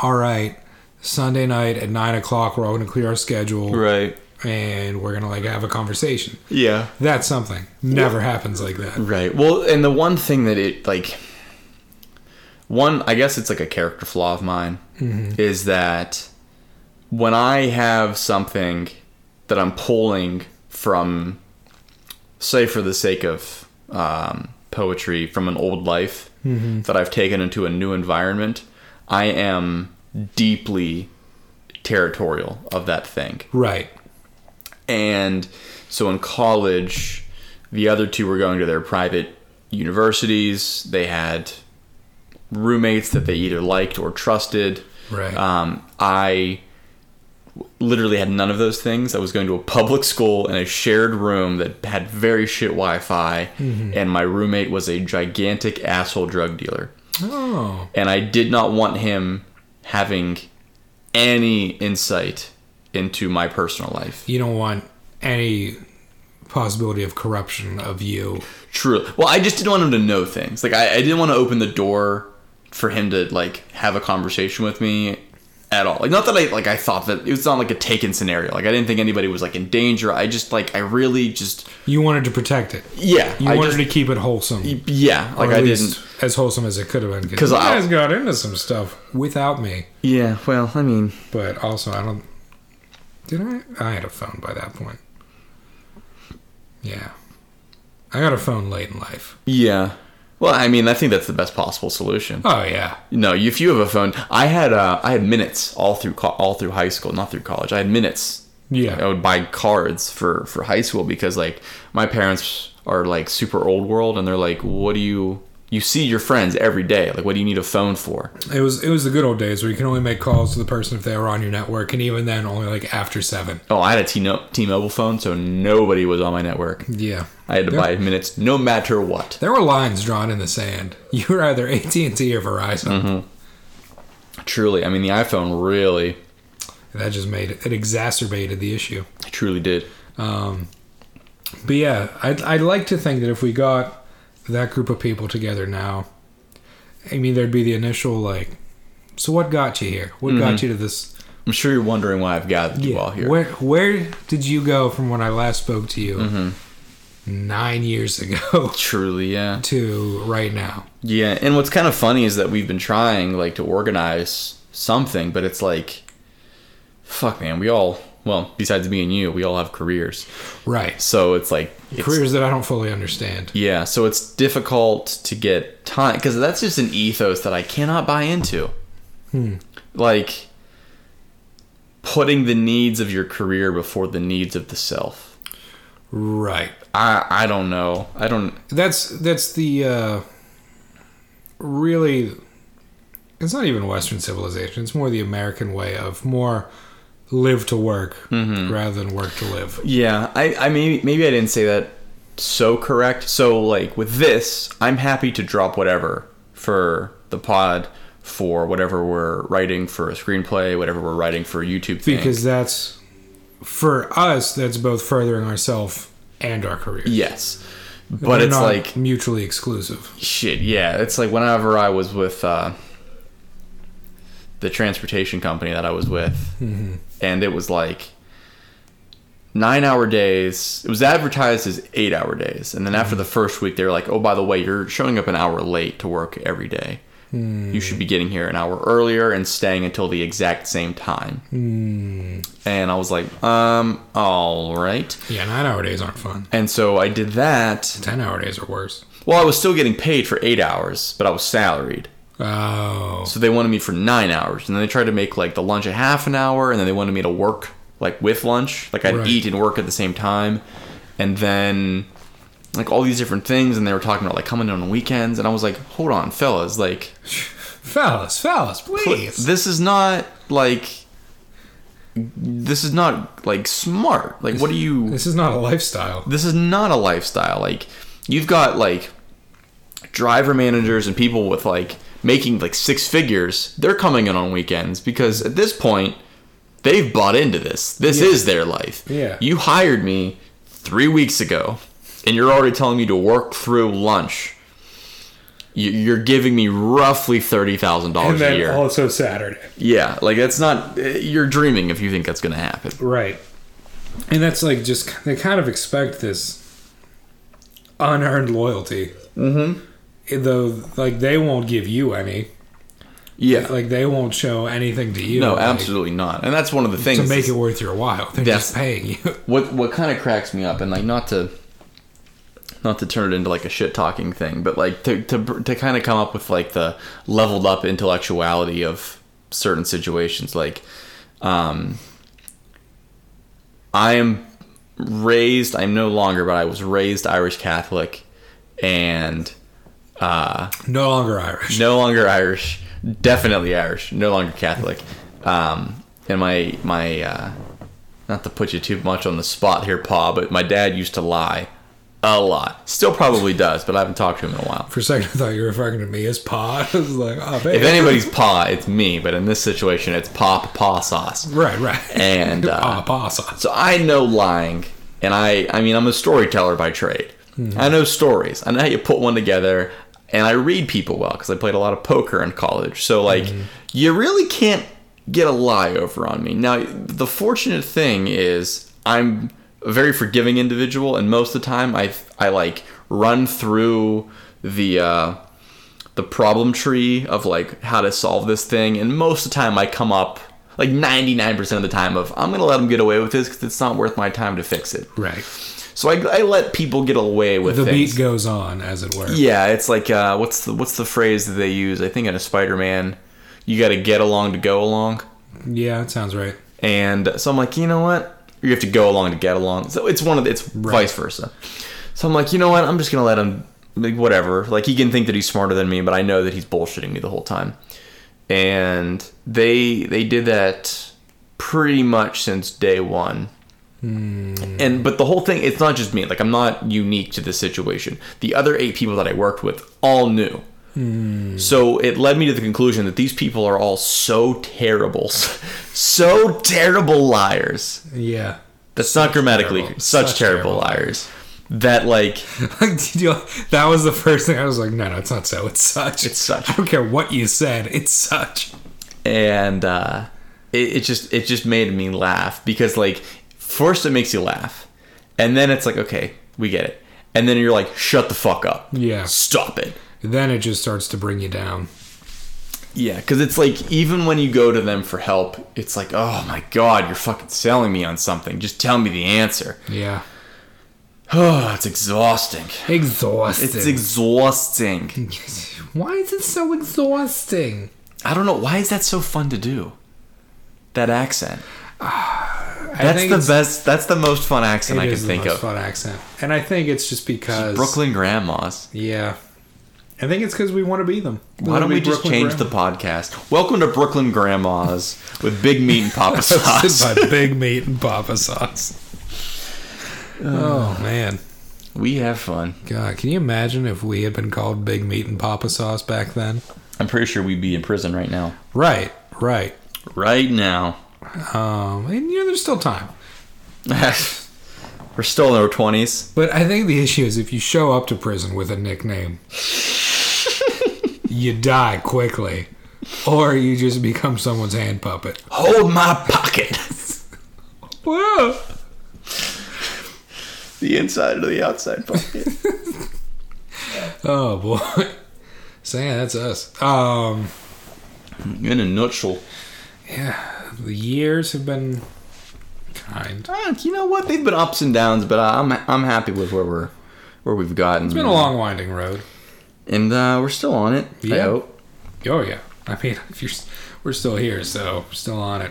all right, Sunday night at nine o'clock, we're all going to clear our schedule, right and we're going to like have a conversation. yeah That's something never happens like that. right well and the one thing that it like one i guess it's like a character flaw of mine is that when i have something that i'm pulling from say for the sake of um, poetry from an old life that i've taken into a new environment i am deeply territorial of that thing Right. And so in college, the other two were going to their private universities. They had roommates that they either liked or trusted. Right. Um, I literally had none of those things. I was going to a public school in a shared room that had very shit Wi Fi, and my roommate was a gigantic asshole drug dealer Oh, and I did not want him having any insight into my personal life. you don't want any possibility of corruption of you. True. Well, I just didn't want him to know things. Like I, I didn't want to open the door for him to like have a conversation with me at all. Like not that I like I thought that it was not like a taken scenario. Like I didn't think anybody was like in danger. I just like I really just You wanted to protect it. yeah. You I wanted just, to keep it wholesome. yeah. Like Or I at didn't. least as wholesome as it could have been. 'Cause you I- guys got into some stuff without me, Yeah. Well, I mean, but also I don't. Did I? I had a phone by that point. Yeah, I got a phone late in life. yeah. Well, I mean, I think that's the best possible solution. Oh yeah, No, if you have a phone, I had uh, I had minutes all through co- all through high school, not through college. I had minutes. I yeah, would buy cards for for high school because like my parents are like super old world, and they're like, "What do you you see your friends every day? Like, what do you need a phone for?" it was it was the good old days where you can only make calls to the person if they were on your network, and even then, only like after seven. Oh, I had a T- T-Mobile phone, so nobody was on my network. Yeah, I had to There- buy minutes no matter what. There were lines drawn in the sand. <laughs> You were either AT and T or Verizon. Mm-hmm. Truly, I mean, the iPhone really, That just made it, it exacerbated the issue. truly did. But yeah, I'd, I'd like to think that if we got that group of people together now, I mean, there'd be the initial, like, so what got you here? What got you to this? I'm sure you're wondering why I've gathered Mm-hmm. you all here. Where, where did you go from when I last spoke to you Mm-hmm. nine years ago <laughs> Truly, yeah. to right now? Yeah, and what's kind of funny is that we've been trying like to organize something, but it's like, fuck, man, we all well, besides me and you, we all have careers, Right. so it's like, it's, Careers that I don't fully understand. yeah, so it's difficult to get time because that's just an ethos that I cannot buy into, like putting the needs of your career before the needs of the self. Right. I I don't know. I don't. That's that's the uh, really. It's not even Western civilization. It's more the American way of more live to work rather than work to live. Mm-hmm. Yeah, I I maybe maybe I didn't say that so correct. So like with this, I'm happy to drop whatever for the pod for whatever we're writing for a screenplay, whatever we're writing for a YouTube thing. Because that's for us. That's both furthering ourself and our career. yes. But They're it's not like mutually exclusive. shit yeah it's like whenever i was with uh, the transportation company that i was with and it was like nine hour days it was advertised as eight hour days and then after the first week they were like oh by the way you're showing up an hour late to work every day. you should be getting here an hour earlier and staying until the exact same time and i was like um all right Yeah, nine hour days aren't fun. and so i did that Ten hour days are worse. well, I was still getting paid for eight hours, but I was salaried. Oh, So they wanted me for nine hours. And then they tried to make like the lunch a half an hour. And then they wanted me to work like with lunch. Like I'd Right. eat and work at the same time. And then like all these different things. And they were talking about like coming in on weekends. And I was like, hold on, fellas. Like, fellas, fellas, please. this is not like. This is not like smart. Like, what are you. This is not a lifestyle. this is not a lifestyle. Like you've got like driver managers and people with like making like six figures. They're coming in on weekends because at this point they've bought into this. This is their life. Yeah. You hired me 3 weeks ago and you're already telling me to work through lunch. You- You're giving me roughly $30,000 a year. also Saturday. yeah, like that's not eh, you're dreaming if you think that's going to happen. Right. And that's like just they kind of expect this unearned loyalty. Mm-hmm. Though, like they won't give you any. Yeah. Like they won't show anything to you. no, like, absolutely not. And that's one of the things To make that's- it worth your while, they're That's- just paying you. <laughs> what what kind of cracks me up and like not to not to turn it into like a shit talking thing but like to to to kind of come up with like the leveled up intellectuality of certain situations like um I am raised I'm no longer but I was raised Irish Catholic and no longer Irish. no longer Irish, definitely Irish, no longer Catholic. Um, and my my uh, not to put you too much on the spot here, Pa, but my dad used to lie a lot. Still probably does, but I haven't talked to him in a while. For a second, I thought you were referring to me as Pa. <laughs> I was like, oh, If babe. anybody's Pa, it's me. But in this situation, it's Pop Pa sauce. right, right. And uh, ah, Pa sauce. So I know lying, and I I mean I'm a storyteller by trade. I know stories. I know how you put one together, and I read people well because I played a lot of poker in college. So like you really can't get a lie over on me. Now the fortunate thing is I'm a very forgiving individual, and most of the time I I like run through the. Uh, the problem tree of like how to solve this thing and most of the time i come up like 99% of the time of i'm gonna let them get away with this because it's not worth my time to fix it Right. so i, I let people get away with The things beat goes on, as it were. yeah it's like uh, what's the what's the phrase that they use i think in a spider-man you gotta get along to go along yeah it sounds right. and so I'm like, you know what? You have to go along to get along. So it's one of the, it's vice versa. So I'm like, you know what? I'm just gonna let him like whatever. Like he can think that he's smarter than me, but I know that he's bullshitting me the whole time. And they they did that pretty much since day one. And but the whole thing, it's not just me. Like I'm not unique to this situation. The other eight people that I worked with all knew. So it led me to the conclusion that these people are all so terrible, <laughs> so terrible liars. Yeah. That's not grammatically terrible- such, such terrible, terrible liars that like <laughs> Like, did you, that was the first thing I was like, no, no, it's not so. It's such. It's such. I don't care what you said. It's such. and uh, it, it just it just made me laugh because like first it makes you laugh and then it's like okay we get it and then you're like shut the fuck up Yeah. stop it Then it just starts to bring you down. Yeah, because it's like even when you go to them for help, it's like, oh my god, you're fucking selling me on something. Just tell me the answer. Yeah. Oh, <sighs> it's exhausting. Exhausting. It's exhausting. Why is it so exhausting? I don't know why is that so fun to do. That accent. I I That's think the it's- best. That's the most fun accent It I can is the think most of. fun accent, and I think it's just because Brooklyn grandmas. Yeah, I think it's because we want to be them. Why don't we just change the podcast? Welcome to Brooklyn Grandmas with Big Meat and <laughs> Papa <laughs> Sauce. by big meat and papa sauce? Uh. Oh man, we have fun. God! Can you imagine if we had been called Big Meat and Papa Sauce back then? I'm pretty sure we'd be in prison right now. Right, right. Right now. Um, and you know, there's still time. <laughs> We're still in our twenties. But I think the issue is if you show up to prison with a nickname, you die quickly, or you just become someone's hand puppet. Hold my <laughs> pocket. Whoa! the inside or the outside pocket. Oh boy. So yeah, that's us. Um, In a nutshell. the years have been kind. It's Ah, you know what? They've been ups and downs, but uh, I'm I'm happy with where we're where we've gotten. It's been a long, winding road. and uh, we're still on it. I Yeah. hope. Oh yeah. I mean, <laughs> if you're, s- we're still here, so we're still on it.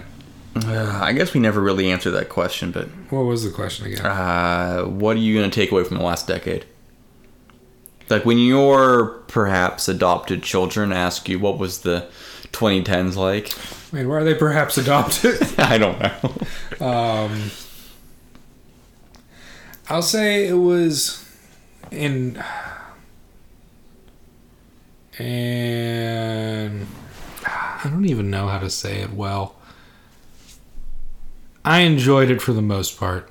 Uh, I guess we never really answered that question, but What was the question again? uh, what are you going to take away from the last decade? Like when your perhaps adopted children ask you what was the 2010s like? <laughs> I mean, were they perhaps adopted? I don't know. Um, I'll say it was in and I don't even know how to say it well. I enjoyed it for the most part.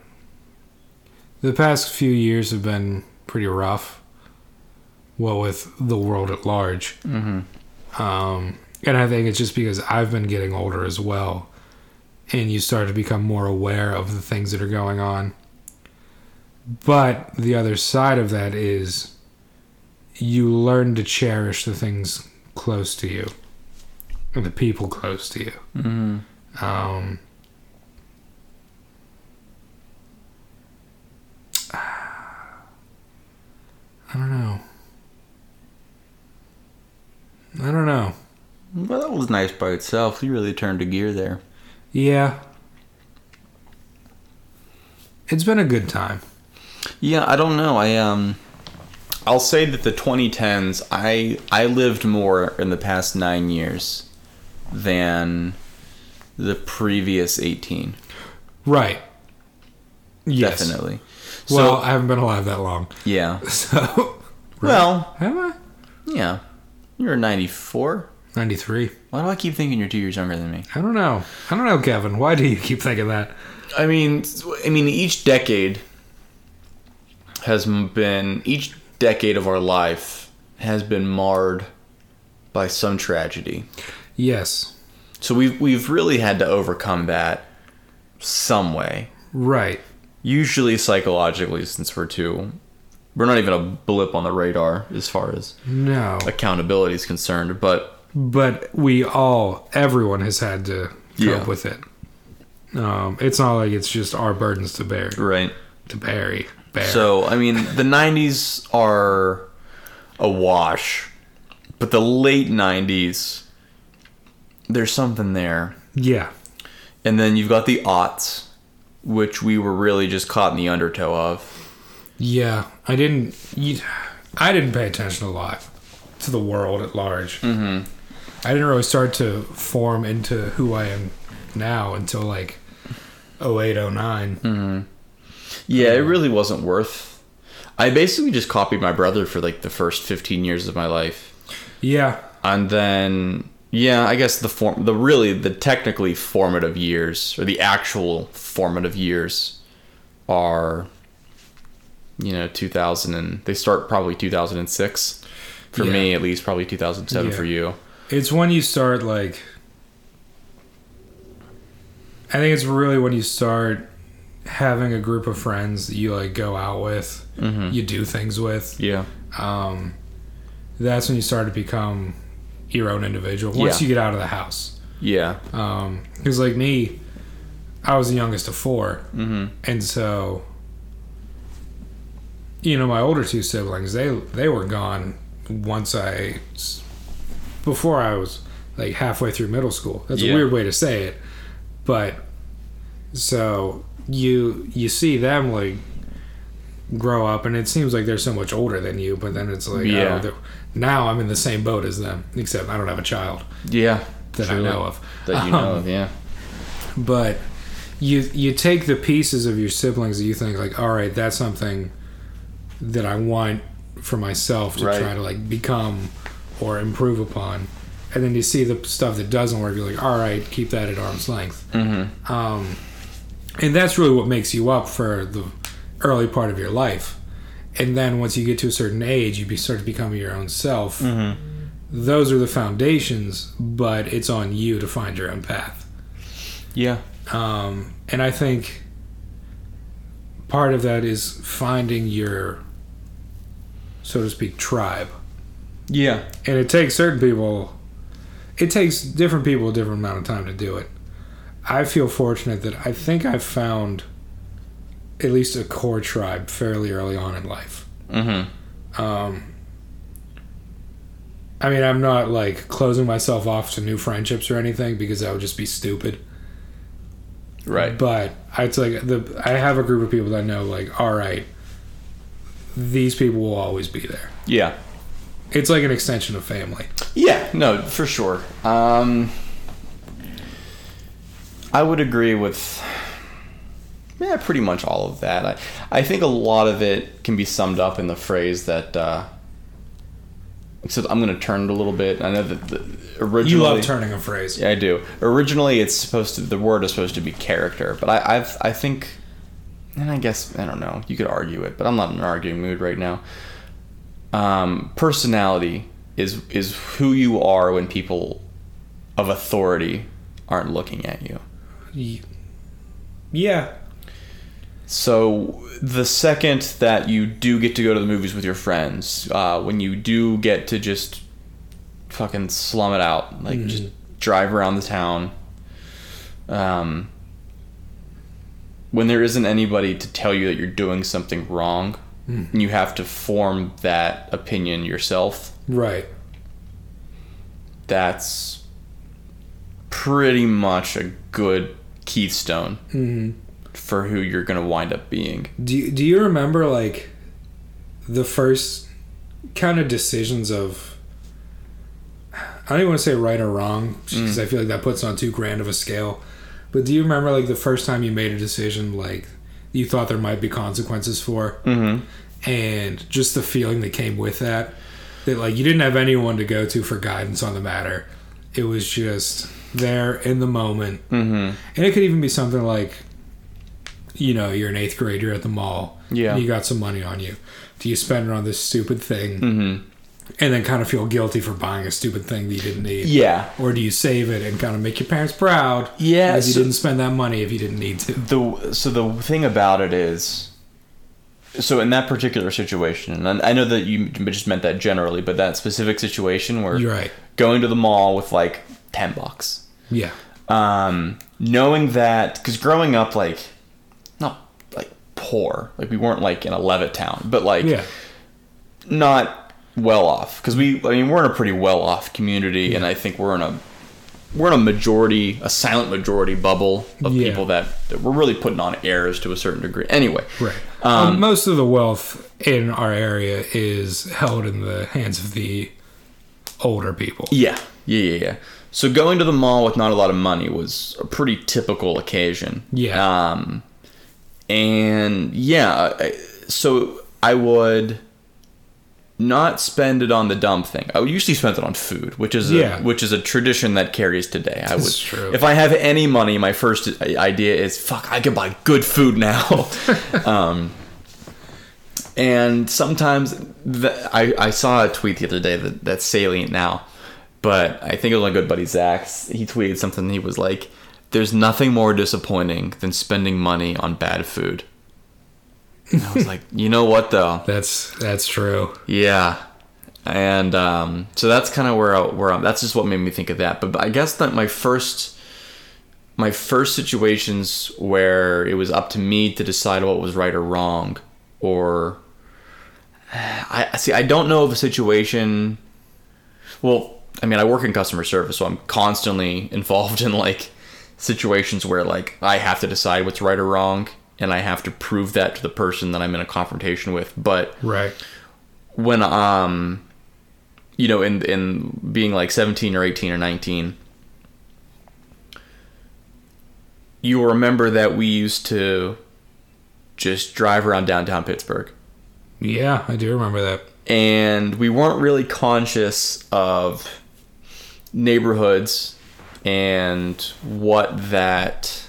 The past few years have been pretty rough. Well, with the world at large. Mm-hmm. Um, and I think it's just because I've been getting older as well and you start to become more aware of the things that are going on. But the other side of that is you learn to cherish the things close to you and the people close to you. Mm-hmm. Um, I don't know. I don't know. Well, that was nice by itself. You really turned a gear there. Yeah. It's been a good time. Yeah, I don't know. I um I'll say that the 2010s I I lived more in the past 9 years than the previous 18. Right. Yes. Definitely. Well, so, I haven't been alive that long. yeah. <laughs> So, Well, have I? yeah. You're 94. 93. Why do I keep thinking you're 2 years younger than me? I don't know. I don't know, Kevin. Why do you keep thinking that? I mean, I mean, each decade has m- been each decade of our life has been marred by some tragedy. Yes. So we've we've really had to overcome that some way. Right. Usually psychologically, since we're two, we're not even a blip on the radar as far as No. accountability is concerned. But But we all, everyone has had to cope Yeah. with it. Um, it's not like it's just our burdens to bear. right. To bury. Bear. So I mean, the '90s are a wash, but the late '90s, there's something there. yeah. And then you've got the aughts, which we were really just caught in the undertow of. Yeah, I didn't. You, I didn't pay attention a lot to the world at large. Mm-hmm. I didn't really start to form into who I am now until like 08, 09. Hmm. Yeah, it really wasn't worth. I basically just copied my brother for like the first 15 years of my life. Yeah, and then yeah i guess the form the really the technically formative years or the actual formative years are you know 2000 and they start probably 2006 for Yeah. me at least probably 2007 Yeah. for you it's when you start like. I think it's really when you start having a group of friends that you like go out with, you do things with. yeah Um, that's when you start to become your own individual. Once Yeah. you get out of the house. yeah Um, 'cause like me, I was the youngest of 4 Mm-hmm. and so you know my older two siblings they they were gone once I s- before I was like halfway through middle school. That's Yeah. a weird way to say it, but So you you see them like grow up, and it seems like they're so much older than you. But then it's like, Yeah. oh, they're- now I'm in the same boat as them, except I don't have a child Yeah. that truly. I know of. That you <laughs> know of, yeah. But you you take the pieces of your siblings that you think like, all right, that's something that I want for myself to Right. try to like become or improve upon. And then you see the stuff that doesn't work. You're like, all right, keep that at arm's length. Um, and that's really what makes you up for the early part of your life. And then once you get to a certain age, you be, start to become your own self. Those are the foundations, but it's on you to find your own path. Yeah. Um, and I think part of that is finding your, so to speak, tribe. Yeah. And it takes certain people, it takes different people a different amount of time to do it. I feel fortunate that I think I found at least a core tribe fairly early on in life. Mm-hmm. Um, I mean, I'm not like closing myself off to new friendships or anything because that would just be stupid. Right. But I- it's like the I have a group of people that I know like all right, these people will always be there. Yeah. It's like an extension of family. Yeah, no, for sure. Um, I would agree with yeah, pretty much all of that. I, I think a lot of it can be summed up in the phrase that. Uh, so I'm going to turn it a little bit. I know that the, originally You love turning a phrase. yeah, I do. Originally, it's supposed to the word is supposed to be character, but I, I've I think, and I guess I don't know. You could argue it, but I'm not in an arguing mood right now. Um, personality is is who you are when people of authority aren't looking at you. Y- Yeah. So the second that you do get to go to the movies with your friends, uh, when you do get to just fucking slum it out, like just drive around the town, um, when there isn't anybody to tell you that you're doing something wrong, and you have to form that opinion yourself. Right. That's pretty much a good keystone Mhm. for who you're gonna wind up being. Do you, do you remember like the first kind of decisions of I don't even want to say right or wrong because I feel like that puts on too grand of a scale. But do you remember like the first time you made a decision like you thought there might be consequences for and just the feeling that came with that that like you didn't have anyone to go to for guidance on the matter. It was just there in the moment. Mm-hmm. And it could even be something like, you know, you're an eighth grader at the mall. Yeah. And you got some money on you. Do you spend it on this stupid thing Mm-hmm. and then kind of feel guilty for buying a stupid thing that you didn't need? Yeah. Or do you save it and kind of make your parents proud? Yeah, Because so- you didn't spend that money if you didn't need to. The so the thing about it is, so in that particular situation, and I know that you just meant that generally, but that specific situation where You're right. going to the mall with like ten bucks, Yeah. um, knowing that because growing up like not like poor, like we weren't like in a Levittown, but like Yeah. not well off because we I mean we're in a pretty well off community and I think we're in a we're in a majority a silent majority bubble of Yeah. people that, that we're really putting on airs to a certain degree anyway Right. Um, most of the wealth in our area is held in the hands of the older people. yeah yeah yeah yeah so going to the mall with not a lot of money was a pretty typical occasion Yeah. um and yeah I- so I would not spend it on the dumb thing. I would usually spend it on food, which is a, Yeah. which is a tradition that carries today. I would That's true. if I have any money, my first i- idea is fuck, I could buy good food <laughs> now. um and sometimes th I, I saw a tweet the other day that, that's salient now, but I think it was my good buddy Zach's. He tweeted something. He was like, "There's nothing more disappointing than spending money on bad food." And <laughs> I was like, "You know what though? That's that's true. Yeah, and um, so that's kind of where I, where I'm, that's just what made me think of that. But I guess that my first my first situations where it was up to me to decide what was right or wrong, or I I- see I don't know of a situation. Well, I mean, I work in customer service, so I'm constantly <laughs> involved in like situations where like I have to decide what's right or wrong and I have to prove that to the person that I'm in a confrontation with. But Right. when um you know in in being like 17 or 18 or 19 you'll remember that we used to just drive around downtown Pittsburgh Yeah, I do remember that. and we weren't really conscious of neighborhoods and what that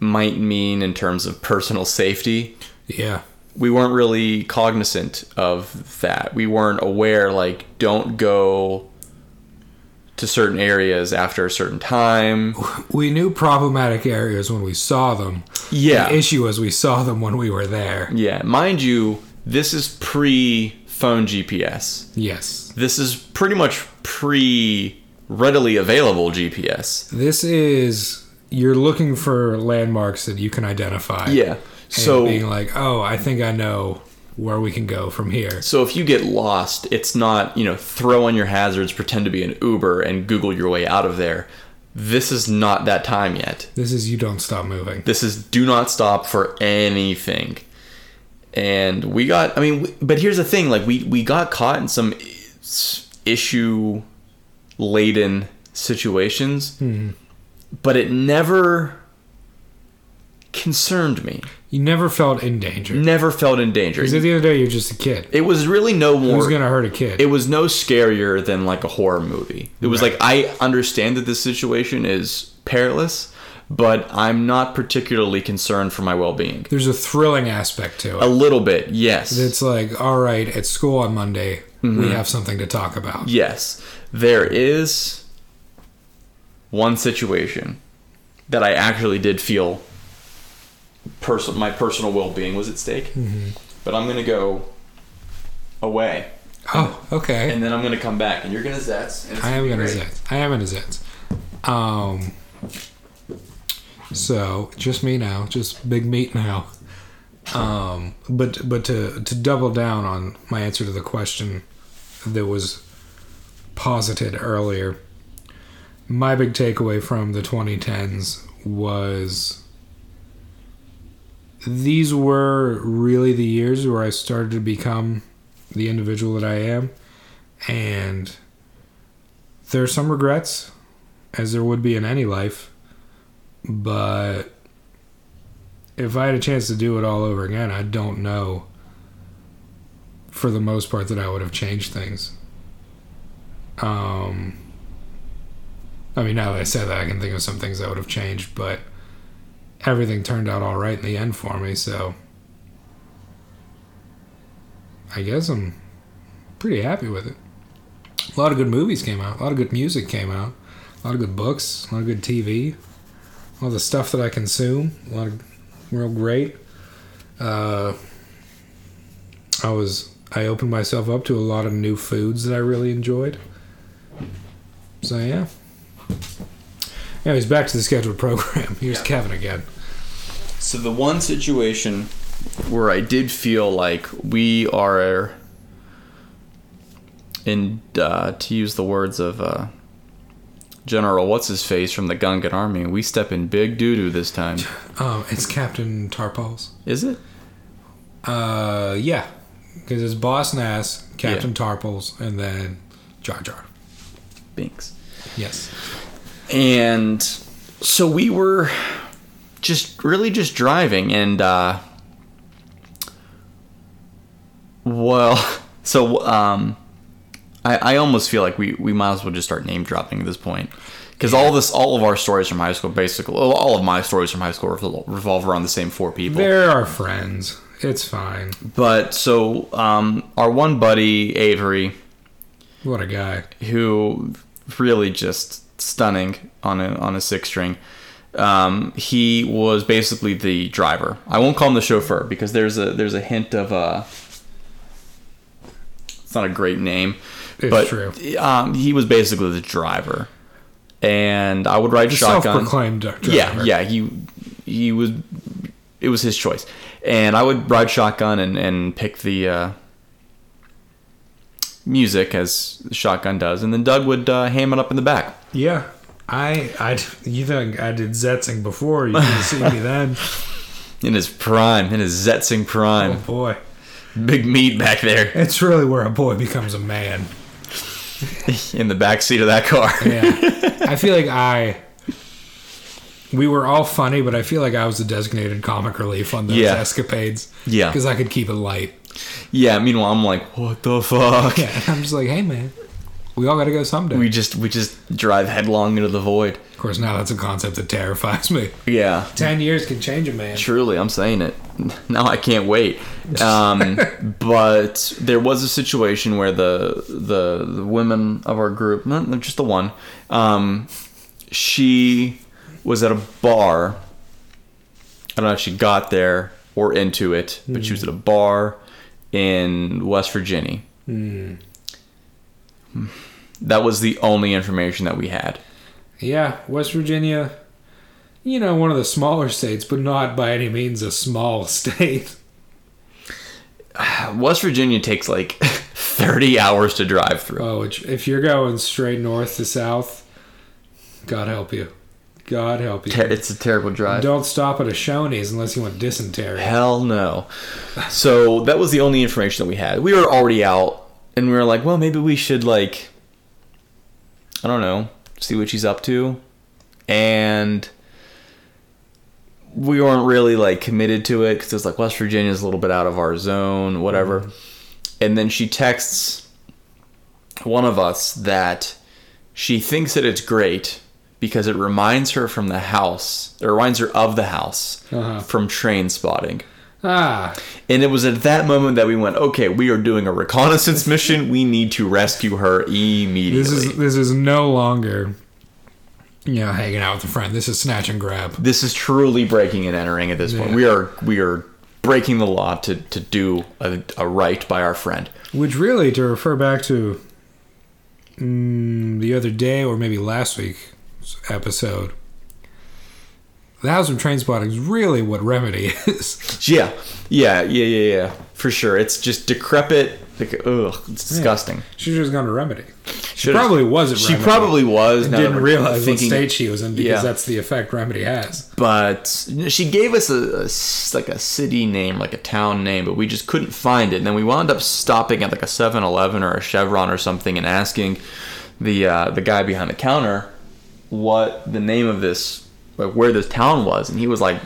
might mean in terms of personal safety Yeah. we weren't really cognizant of that. We weren't aware like don't go to certain areas after a certain time. We knew problematic areas when we saw them. Yeah. The issue was we saw them when we were there. Yeah, mind you, this is pre phone GPS. Yes. This is pretty much pre readily available GPS. This is you're looking for landmarks that you can identify. Yeah. And So being like, "Oh, I think I know where we can go from here." So if you get lost, it's not, you know, throw on your hazards, pretend to be an Uber and Google your way out of there. This is not that time yet. This is you don't stop moving. This is do not stop for anything. And we got, I mean, we- but here's the thing like, we, we got caught in some issue laden situations, Hmm. but it never concerned me. You never felt in danger. Never felt in danger. Because at the end of the day, you're just a kid. It was really no more. Who's gonna hurt a kid? it was no scarier than like a horror movie. It was like I understand that this situation is perilous, but I'm not particularly concerned for my well-being. There's a thrilling aspect to it. A little bit, yes. It's like, all right, at school on Monday, we have something to talk about. yes. There is one situation that I actually did feel person my personal well-being was at stake. Mm-hmm. But I'm going to go away Oh, okay. and then I'm going to come back and you're going to zets. and it's I am be gonna great. zit. I am gonna zit. Um. So just me now, just big meat now. Um, but but to to double down on my answer to the question that was posited earlier, my big takeaway from the 2010s was these were really the years where I started to become the individual that I am, and there are some regrets, as there would be in any life, but if I had a chance to do it all over again, I don't know for the most part that I would have changed things. Um, I mean, now that I said that, I can think of some things I would have changed, but everything turned out all right in the end for me, so I guess I'm pretty happy with it a lot of good movies came out. A lot of good music came out. A lot of good books. A lot of good TV. All the stuff that I consume. A lot of real great. Uh, I was I opened myself up to a lot of new foods that I really enjoyed. So yeah. Anyways, back to the scheduled program. <laughs> Here's Kevin again. So the one situation where I did feel like we are, in uh, to use the words of uh, General what's his face from the Gungan Army, we step in big doo doo this time. Um, it's Captain Tarpals. Is it? Uh, yeah, because it's Boss Nass, Captain Tarpals, and then Jar Jar. Binks. Yes. And so we were just really just driving and uh well <laughs> so um I, I almost feel like we, we might as well just start name dropping at this point because all this all of our stories from high school basically all- all of my stories from high school revol- revolve around the same four people They're our friends. It's fine. but so um, our one buddy Avery What a guy. who really just stunning on a on a six string. Um, he was basically the driver. I won't call him the chauffeur because there's a there's a hint of a. It's not a great name, It's but true. Um, he was basically the driver, and I would ride shotgun. Self-proclaimed driver. Yeah, yeah. He he was it was his choice, and I would ride shotgun and and pick the uh, music as the shotgun does, and then Doug would uh, ham it up in the back. Yeah. I, I, you think I did Zetzing before? You didn't <laughs> see me then. In his prime, in his Zetzing Oh prime, boy, big meat back there it's really where a boy becomes a man. in the back seat of that car. Yeah, I feel like I. We were all funny, but I feel like I was the designated comic relief on those Yeah. escapades. Yeah. because I could keep it light. <laughs> <laughs> Yeah. Meanwhile, I'm like, what the fuck? Yeah, I'm just like, hey man, we all got to go someday. We just we just drive headlong into the void. of course, now that's a concept that terrifies me. Yeah. Ten years can change a man. Truly, I'm saying it. <laughs> Now I can't wait. Um, but there was a situation where the, the the women of our group, not not just the one, um, she was at a bar. I don't know if she got there or into it, but she was at a bar in West Virginia. That was the only information that we had. Yeah, West Virginia, you know, one of the smaller states, but not by any means a small <laughs> state. West Virginia takes like <laughs> 30 hours to drive through. Oh, which, if you're going straight north to south, God help you. God help you. Ter- it's a terrible drive. Don't stop at a Shoney's unless you want dysentery. Hell no. So that was the only information that we had. We were already out, and we were like, well, maybe we should like, I don't know, see what she's up to, and we weren't really like committed to it because it's like West Virginia's a little bit out of our zone, whatever. And then she texts one of us that she thinks that it's great because it reminds her from the house. It reminds her of the house Uh-huh. from train spotting. Ah, And it was at that moment that we went, okay, we are doing a reconnaissance mission. We need to rescue her immediately. this is this is no longer, you know, hanging out with a friend. This is snatch and grab. this is truly breaking and entering at this point. Yeah. We are we are breaking the law to to do a, a right by our friend. Which really, to refer back to mm, the other day or maybe last week's episode, the House of Train Spotting is really what Remedy <laughs> is. Yeah, yeah, yeah, yeah, yeah, for sure. It's just decrepit. Like, ugh, it's disgusting. She should have gone to Remedy. She Should've- probably wasn't. She Remedy. probably was. now that didn't we're realize what thinking- state she was in because Yeah. that's the effect Remedy has. but she gave us a, a s- like a city name, like a town name, but we just couldn't find it. And then we wound up stopping at like a 7-Eleven or a Chevron or something and asking the uh, the guy behind the counter what the name of this, like where this town was, and he was like,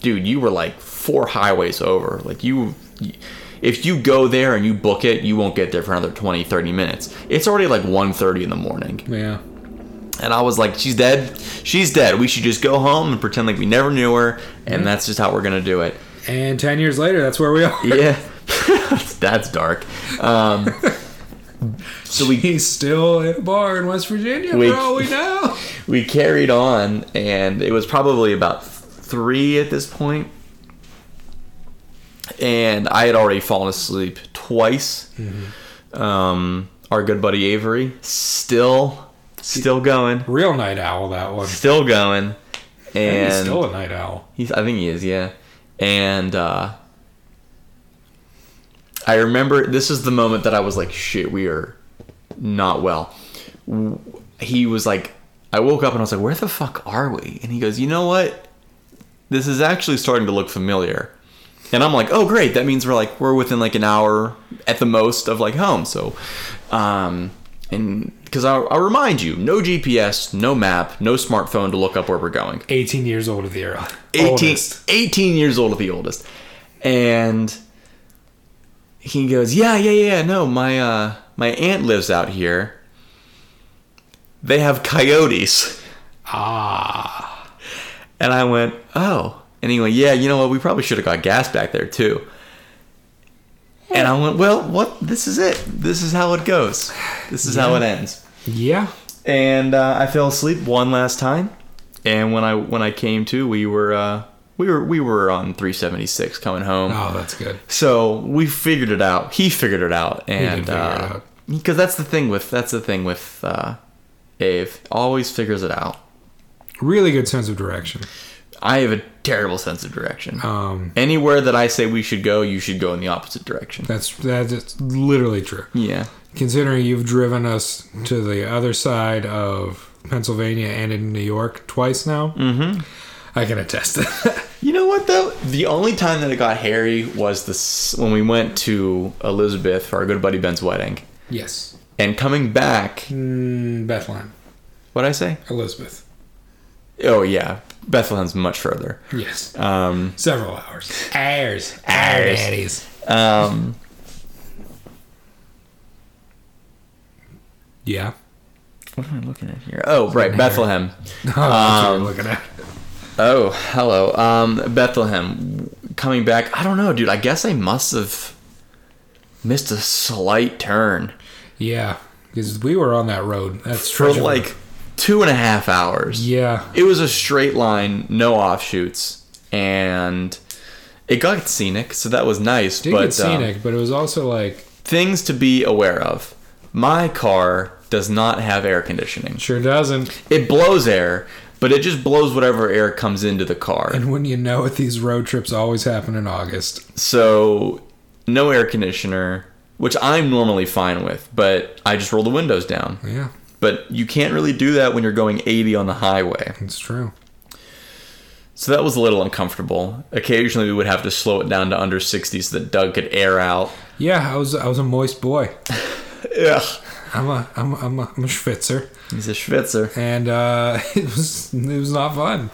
"Dude, you were like four highways over. Like you." If you go there and you book it, you won't get there for another 20, 30 minutes. It's already like 1.30 in the morning. Yeah. And I was like, she's dead. She's dead. We should just go home and pretend like we never knew her. Mm-hmm. And that's just how we're going to do <laughs> it. And 10 years later, that's where we are. Yeah. <laughs> that's dark. Um, so we, <laughs> He's still at a bar in West Virginia, We- for all we know. we carried on, and it was probably about three at this point. And I had already fallen asleep twice. Mm-hmm. Um, our good buddy Avery, still, still going, Real night owl, that one. still going. And He's still a night owl. He's, I think he is, yeah. And uh, I remember this is the moment that I was like, shit, we are not well. W- He was like, I woke up and I was like, where the fuck are we? And he goes, you know what? This is actually starting to look familiar. And I'm like, oh great, that means we're like we're within like an hour at the most of like home. So, um, and because I'll, I'll remind you, no GPS, no map, no smartphone to look up where we're going. 18 years old at the era. 18, Oldest. 18 years old at the oldest. And he goes, Yeah, yeah, yeah, no, my uh my aunt lives out here. They have coyotes. Ah. And I went, Oh. And he went, Yeah, you know what, we probably should have got gas back there too. And I went, Well, what this is it. This is how it goes. This is how it ends. Yeah. and uh, I fell asleep one last time. And when I when I came to, we were uh, we were we were on 376 coming home. Oh, that's good. So we figured it out. He figured it out, and uh, figure it because out. that's the thing with that's the thing with uh, Ave always figures it out. Really good sense of direction. I have a terrible sense of direction. Um, Anywhere that I say we should go, you should go in the opposite direction. that's that's literally true. Yeah. Considering you've driven us to the other side of Pennsylvania and in New York twice now, mm-hmm. I can attest <laughs> to that. You know what though? The only time that it got hairy was this when we went to Elizabeth for our good buddy Ben's wedding, yes, and coming back. mm, Bethlehem, What I say? Elizabeth. Oh yeah, Bethlehem's much further. Yes, Um, several hours. Hours, Hours. hours. um, Yeah. <laughs> what am I looking at here? Oh right, Bethlehem. That's what you're looking at. Oh hello, um, Bethlehem. Coming back, I don't know, dude. I guess I must have missed a slight turn Yeah, because we were on that road. That's for treasure- like two and a half hours. yeah, it was a straight line, no offshoots, and it got scenic, so that was nice. did but get scenic, um, but it was also like things to be aware of: my car does not have air conditioning. sure doesn't. <laughs> It blows air, but it just blows whatever air comes into the car. And when you know it, these road trips always happen in August. so no air conditioner, which I'm normally fine with, but I just roll the windows down. Yeah, But you can't really do that when you're going 80 on the highway. it's true. So that was a little uncomfortable. Occasionally, we would have to slow it down to under 60 so that Doug could air out. Yeah, I was I was a moist boy. Ugh. I'm a I'm a, I'm a, I'm a schwitzer, He's a Schwitzer. and uh, <laughs> it was it was not fun.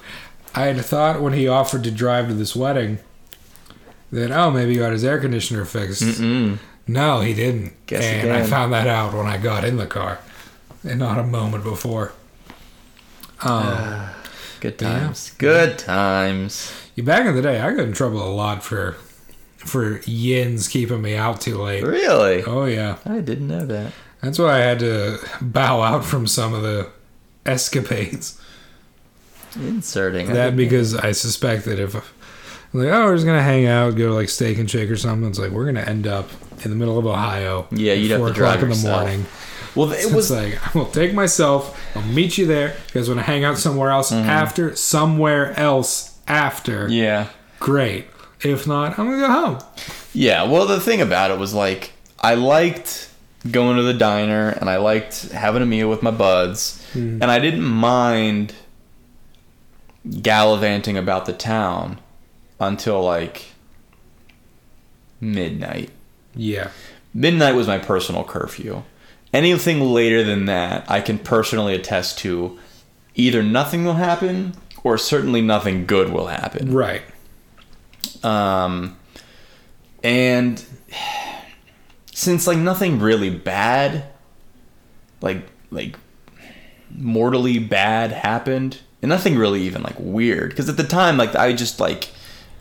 I had thought when he offered to drive to this wedding that oh maybe he got his air conditioner fixed. No, he didn't. Guess and I again. found that out when I got in the car, and not a moment before. Good times. Good times. Yeah, Back in the day, I got in trouble a lot for for yins keeping me out too late. Really? Oh yeah, I didn't know that. that's why I had to bow out from some of the escapades. <laughs> Inserting. I That didn't- because I suspect that if like oh we're just gonna hang out, go to like steak and shake or something, it's like we're gonna end up in the middle of Ohio. Yeah, at you'd have to drive yourself. well, it It was <laughs> was. like I will take myself. I'll meet you there because when I hang out somewhere else after, somewhere else after, Mm-hmm. Yeah. great. If not, I'm gonna go home. Yeah. Well, the thing about it was like, I liked going to the diner and I liked having a meal with my buds, and I didn't mind gallivanting about the town until like midnight. Yeah. midnight was my personal curfew. Anything later than that, I can personally attest to either nothing will happen or certainly nothing good will happen. Right. Um, and since like nothing really bad, like like mortally bad happened, and nothing really even like weird, because at the time like I just like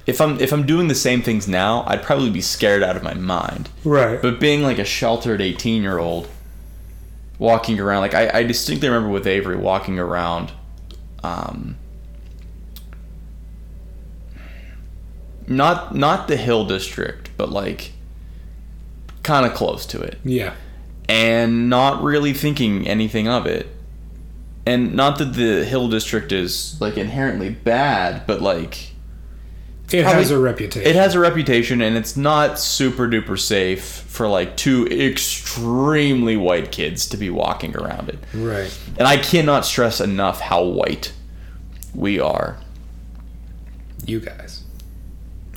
if I'm if I'm doing the same things now, I'd probably be scared out of my mind. Right. But being like a sheltered 18 year old walking around, like I, I distinctly remember with Avery walking around, um, not not the Hill District, but like kind of close to it, yeah. and not really thinking anything of it. And not that the Hill District is like inherently bad, but like probably- It has a reputation. it has a reputation and it's not super duper safe for like two extremely white kids to be walking around it. right. And I cannot stress enough how white we are. You guys.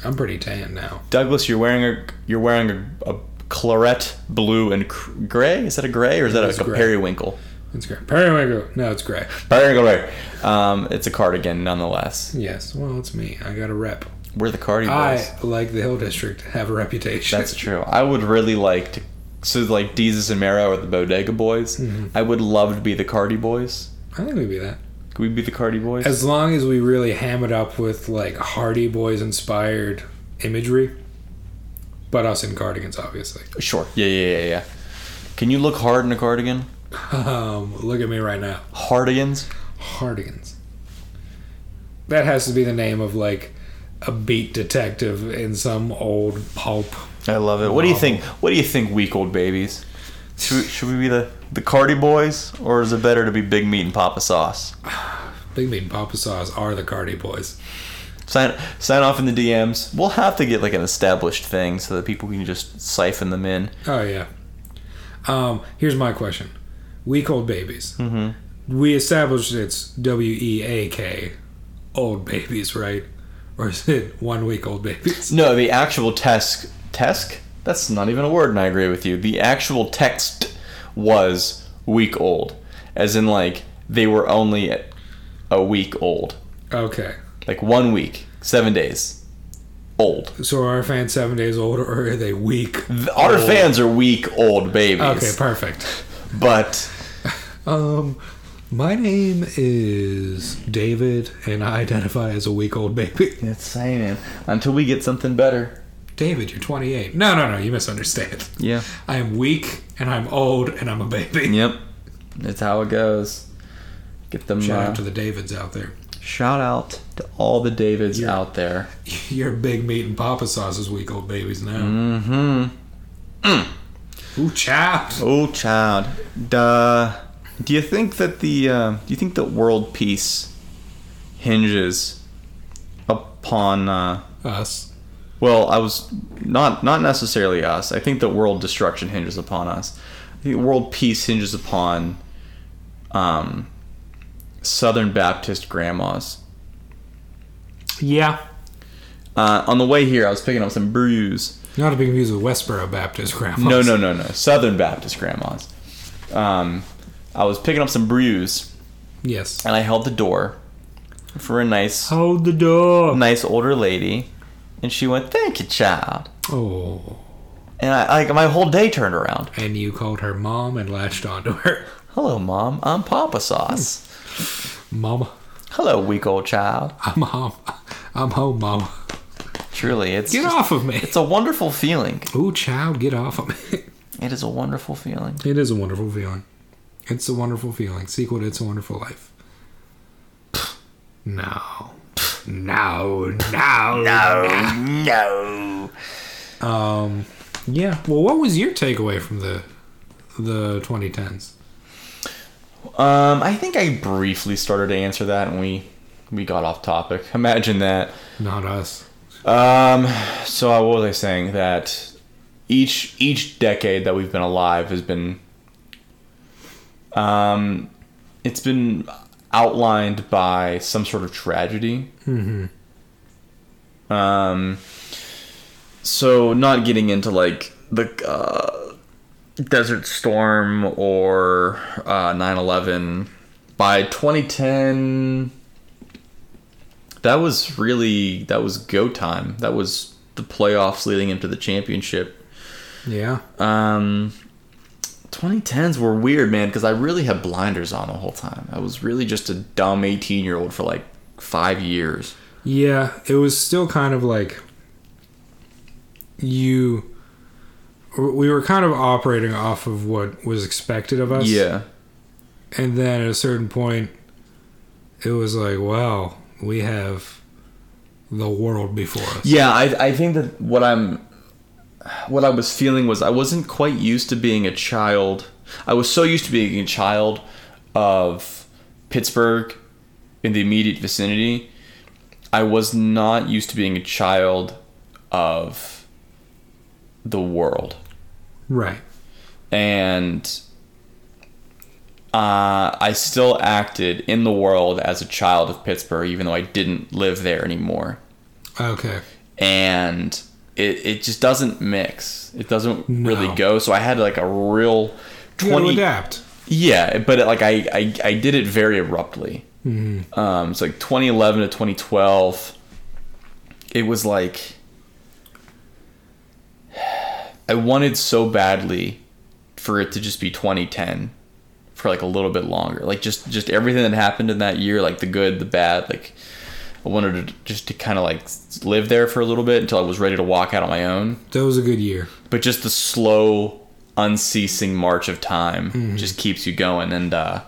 I'm pretty tan now. Douglas, you're wearing a you're wearing a, a claret blue and cr- gray. Is that a gray or is that is a, a gray. periwinkle? It's gray. Periwinkle. No, it's gray. Periwinkle gray. Um, it's a cardigan nonetheless. Yes. Well, it's me. I got a rep. We're the cardi boys. I, like the Hill District, have a reputation. That's true. I would really like to. So like Jesus and Mero are the Bodega Boys. Mm-hmm. I would love to be the Cardi Boys. I think we'd be that. Could we be the Cardi Boys? As long as we really ham it up with like Hardy Boys inspired imagery, but us in cardigans, obviously. sure. Yeah, yeah, yeah, yeah. Can you look hard in a cardigan? Um, look at me right now. Hardigans? Hardigans. That has to be the name of like a beat detective in some old pulp. I love it. What do you Wow. think? What do you think, weak old babies? Should we, should we be the the Cardi Boys, or is it better to be Big Meat and Papa Sauce? Big Meat and Papa Sauce are the Cardi Boys. Sign sign off in the DMs. We'll have to get like an established thing so that people can just siphon them in. Oh yeah. Um, here's my question: Weak old babies. Mm-hmm. We established it's W E A K, old babies, right? Or is it one week <laughs> old babies? No, the actual test test that's not even a word, and I agree with you. The actual text was week old, as in like they were only a week old, Okay. like one week, seven days old. So are our fans seven days old, or are they weak? Our fans are week old babies, Okay, perfect. but Um, my name is David, and I identify as a week old baby. it's saying man. until we get something better. David, you're 28. No, no, no, you misunderstand. Yeah. I am weak, and I'm old, and I'm a baby. Yep. That's how it goes. Get them Shout uh, out to the Davids out there. <laughs> Shout out to all the Davids Yeah. out there. Your big meat and papa sauce is week old babies now. Mm-hmm. Ooh, chopped. Oh, child. Duh. Do you think that the uh, do you think that world peace hinges upon? Uh, Us. well, I was not not necessarily us. I think that world destruction hinges upon us. I think world peace hinges upon um, Southern Baptist grandmas. Yeah. Uh, on the way here, I was picking up some brews. Not to be confused with Westboro Baptist grandma. No, no, no, no. Southern Baptist grandmas. Um, I was picking up some brews, Yes. and I held the door for a nice, Hold the door. nice older lady, and she went, "Thank you, child." Oh. And I, like, my whole day turned around. And you called her mom and latched onto her. Hello, mom. I'm Papa Sauce. Mama. Hello, weak old child. I'm home. I'm home, mama. Truly, it's Get just- off of me. It's a wonderful feeling. Ooh, child, get off of me. It is a wonderful feeling. It is a wonderful feeling. It's a wonderful feeling. Sequel to It's a Wonderful Life. No. No, no, no, no. Um, yeah. Well, what was your takeaway from the the 2010s? Um, I think I briefly started to answer that, and we we got off topic. Imagine that. Not us. Um, so uh, what was I saying? That each each decade that we've been alive has been, um, it's been outlined by some sort of tragedy. Mm-hmm. Um, so not getting into like the uh, Desert Storm or uh, 9/11 by 2010 that was really that was go time. That was the playoffs leading into the championship. Yeah. Um 2010s were weird, man, because I really had blinders on the whole time. I was really just a dumb 18 year old for like five years. Yeah, it was still kind of like you. We were kind of operating off of what was expected of us. Yeah, and then at a certain point it was like wow we have the world before us yeah. I I think that what I'm what I was feeling was I wasn't quite used to being a child. I was so used to being a child of Pittsburgh in the immediate vicinity. I was not used to being a child of the world. right And uh, I still acted in the world as a child of Pittsburgh, even though I didn't live there anymore. okay And it, it just doesn't mix. It doesn't No. really go. So I had like a real you gotta 20, adapt yeah, but like I, I, I did it very abruptly. Um, it's like 2011 to 2012. It was like I wanted so badly for it to just be 2010 for like a little bit longer. Like just just everything that happened in that year, like the good, the bad. Like I wanted to just to kind of like live there for a little bit until I was ready to walk out on my own that was a good year but just the slow unceasing march of time just keeps you going and uh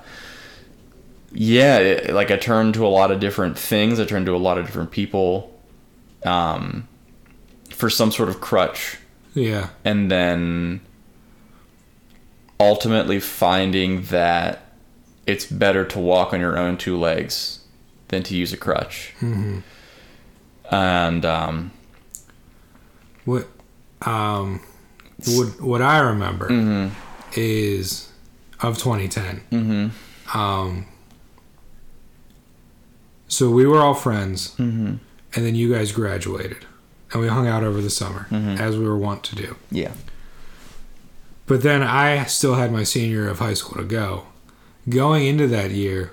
yeah it, like i turned to a lot of different things i turned to a lot of different people um for some sort of crutch yeah and then ultimately finding that it's better to walk on your own two legs than to use a crutch. and um, What um what what I remember is of 2010. Um so we were all friends and then you guys graduated and we hung out over the summer as we were wont to do. Yeah. But then I still had my senior year of high school to go. Going into that year,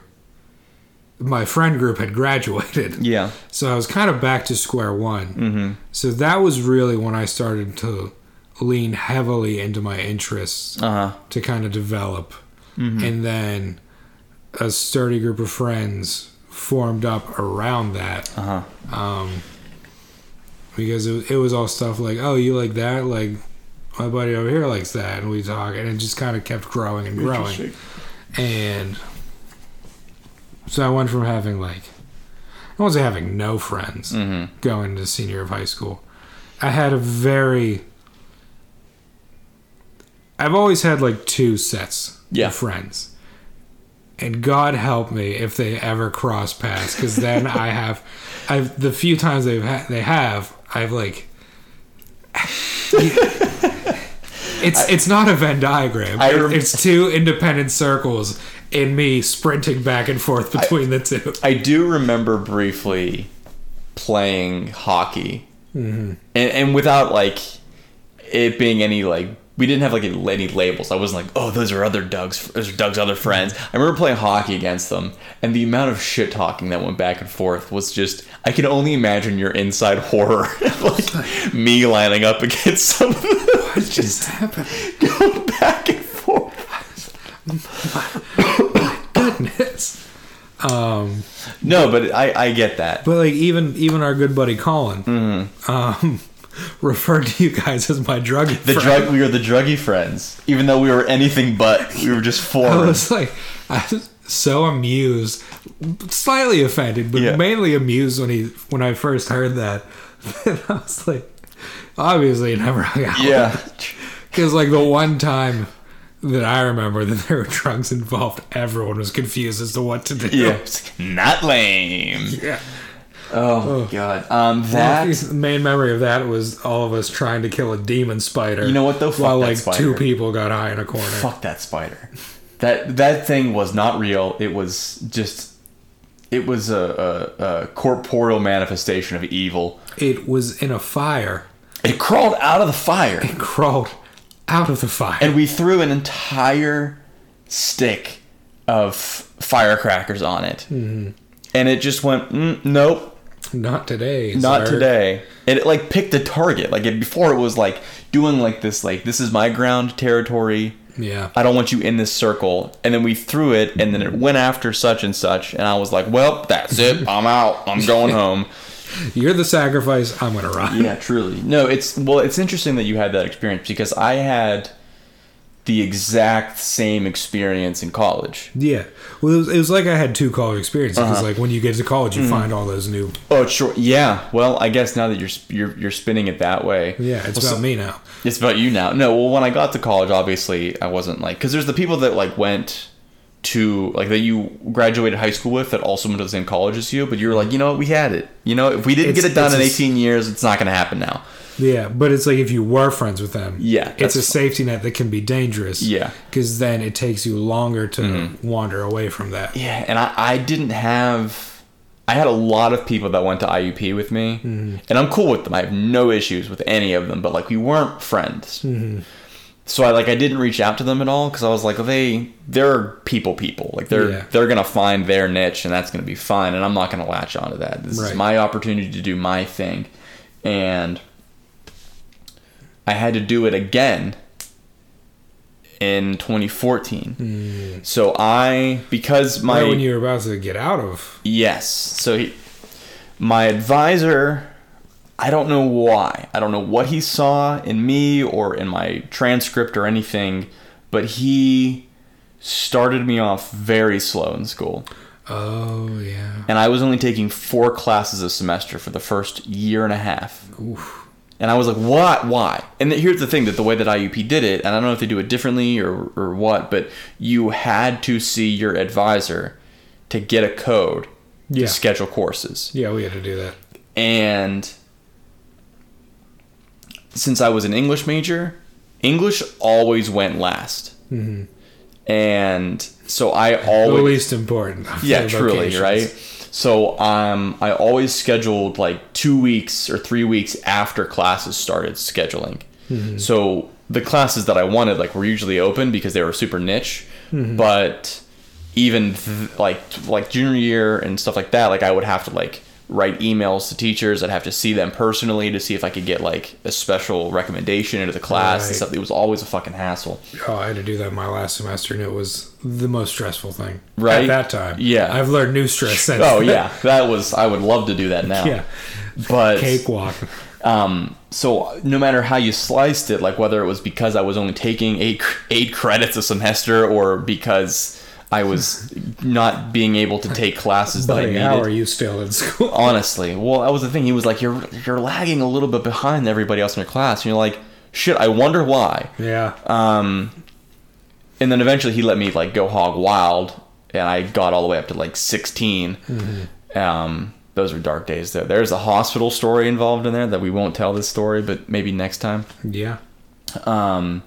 my friend group had <laughs> graduated. Yeah. So I was kind of back to square one. Mm-hmm. So that was really when I started to lean heavily into my interests uh-huh. Uh huh. to kind of develop. And then a sturdy group of friends formed up around that. Uh-huh. Um, because it, it was all stuff like, oh, you like that? Like, my buddy over here likes that. And we talk. And it just kind of kept growing and growing Interesting. and so I went from having like I wasn't having no friends Mm-hmm. going to senior year of high school. I had a very I've always had like two sets Yeah. of friends. And God help me if they ever cross paths cuz <laughs> then I have I've the few times they've ha- they have I've like It's it's not a Venn diagram. I It- rem- it's two independent circles and me sprinting back and forth between the two. I do remember briefly playing hockey, Mm-hmm. and and without like it being any like we didn't have like any, any labels. I wasn't like, oh, those are other Doug's, those are Doug's other friends. I remember playing hockey against them, and the amount of shit talking that went back and forth was just. I can only imagine your inside horror, <laughs> of, like me lining up against <laughs> some of them, just happened? <laughs> going back and forth. Goodness. Um, No, but I I get that. but like even even our good buddy Colin Mm-hmm. um, <laughs> referred to you guys as my drug The friend. drug we were the druggy friends, even though we were anything but. We were just I forums. was like, I was so amused, slightly offended, but Yeah. mainly amused when he when I first heard that. <laughs> And I was like, obviously, it never hung out. <laughs> Yeah. because like the one time that I remember that there were drugs involved, everyone was confused as to what to do. <laughs> Yeah. Not lame. Yeah. Oh, god. Um that the main memory of that was all of us trying to kill a demon spider. You know what, though? Fuck while that like spider. two people got high in a corner. fuck that spider. That that thing was not real. It was just it was a, a, a corporeal manifestation of evil. It was in a fire, It crawled out of the fire. crawled out of the fire. and we threw an entire stick of firecrackers on it. And it just went, mm, nope, Not today. not sir. today and it like picked a target like it, before it was like doing like this like this is my ground territory Yeah. i don't want you in this circle and then we threw it and then it went after such and such and i was like well that's <laughs> it i'm out i'm going home You're the sacrifice. I'm gonna run. yeah truly no it's well it's interesting that you had that experience because i had the exact same experience in college <laughs> Yeah. Well, it was, it was like I had two college experiences. 'cause, Uh-huh. like when you get to college, Mm-hmm. you find all those new. oh sure yeah well i guess now that you're sp- you're, you're spinning it that way Yeah, it's about me now. It's about you now. No, well, when I got to college, obviously I wasn't like because there's the people that like went to like that you graduated high school with that also went to the same college as you, but you were like, you know what, we had it. You know, if we didn't It's- get it done it's in a s- 18 years, it's not going to happen now. Yeah, but it's like if you were friends with them. Yeah, that's it's a fine. safety net that can be dangerous. Yeah. Mm-hmm. because then it takes you longer to wander away from that. Yeah, and I, I didn't have. I had a lot of people that went to IUP with me, Mm-hmm. and I'm cool with them. I have no issues with any of them, but like we weren't friends. Mm-hmm. So I like I didn't reach out to them at all because I was like they they're people people like they're Yeah. they're gonna find their niche and that's gonna be fine and I'm not gonna latch onto that. This Right. is my opportunity to do my thing, and I had to do it again in 2014. So I because my Mm. Right when you were about to get out of, Yes. So he, my advisor, I don't know why. I don't know what he saw in me or in my transcript or anything, but he started me off very slow in school. oh yeah, And I was only taking four classes a semester for the first year and a half. And I was like, what? Why? And here's the thing that the way that IUP did it, and I don't know if they do it differently or, or what, but you had to see your advisor to get a code Yeah. to schedule courses. yeah, we had to do that. And since I was an English major, English always went last. And so I The always least important. of Oh, yeah the truly vocations. right so um i always scheduled like two weeks or three weeks after classes started scheduling Mm-hmm. so the classes that i wanted like were usually open because they were super niche Mm-hmm. but even th- like like junior year and stuff like that like i would have to like write emails to teachers i'd have to see them personally to see if i could get like a special recommendation into the class Right. and stuff it was always a fucking hassle Oh, I had to do that my last semester, and it was the most stressful thing. Right? at that time. Yeah. I've learned new stress since. oh <laughs> yeah that was i would love to do that now yeah. <laughs> but Cakewalk. Um, so no matter how you sliced it, like whether it was because I was only taking eight eight credits a semester or because I <laughs> was not being able to take classes that I Buddy, needed. how are you still in school? <laughs> Honestly, well, that was the thing. He was like, "You're you're lagging a little bit behind everybody else in your class," and you're like, "Shit, I wonder why." Yeah. Um, and then eventually he let me like go hog wild and i got all the way up to like 16 Mm-hmm. um, those were dark days though there's a hospital story involved in there that we won't tell this story but maybe next time yeah. um,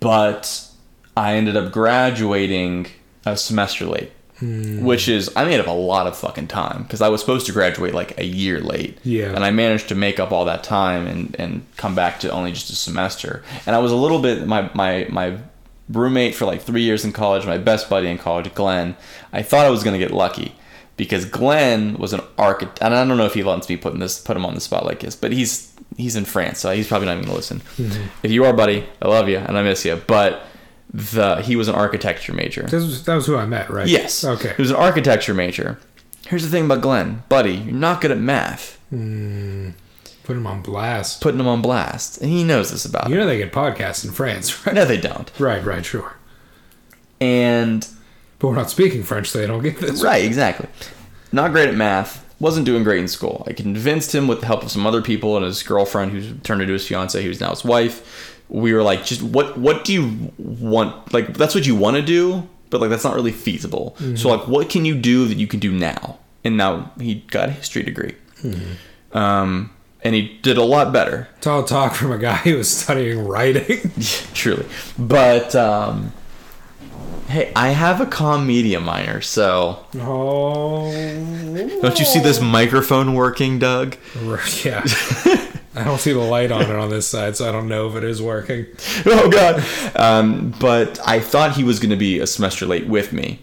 but i ended up graduating a semester late which is i made up a lot of fucking time because i was supposed to graduate like a year late Yeah. and i managed to make up all that time and, and come back to only just a semester and i was a little bit my, my, my roommate for like three years in college my best buddy in college glenn i thought i was going to get lucky because glenn was an architect and i don't know if he wants me putting this put him on the spot like this but he's he's in france so he's probably not even going to listen if you are buddy i love you and i miss you but the he was an architecture major This was, that was who I met, right? Yes. Okay. He was an architecture major. Here's the thing about Glenn, buddy, you're not good at math. Put him on blast. Putting him on blast, and he knows this about. You him. know they get podcasts in France, <laughs> right? No, they don't. Right, right, sure. And But we're not speaking French, so they don't get this. right, exactly. Not great at math. Wasn't doing great in school. I convinced him with the help of some other people and his girlfriend, who turned into his fiance, who's now his wife. We were like, just what? What do you want? Like that's what you want to do, but like that's not really feasible. So like, what can you do that you can do now? And now he got a history degree. Um, and he did a lot better. <laughs> It's all talk from a guy who was studying writing. <laughs> truly. But um, hey, I have a comm media minor, so oh. don't you see this microphone working, Doug? <laughs> Yeah. I don't see the light on it on this side, so I don't know if it is working. <laughs> oh god. Um, but I thought he was going to be a semester late with me,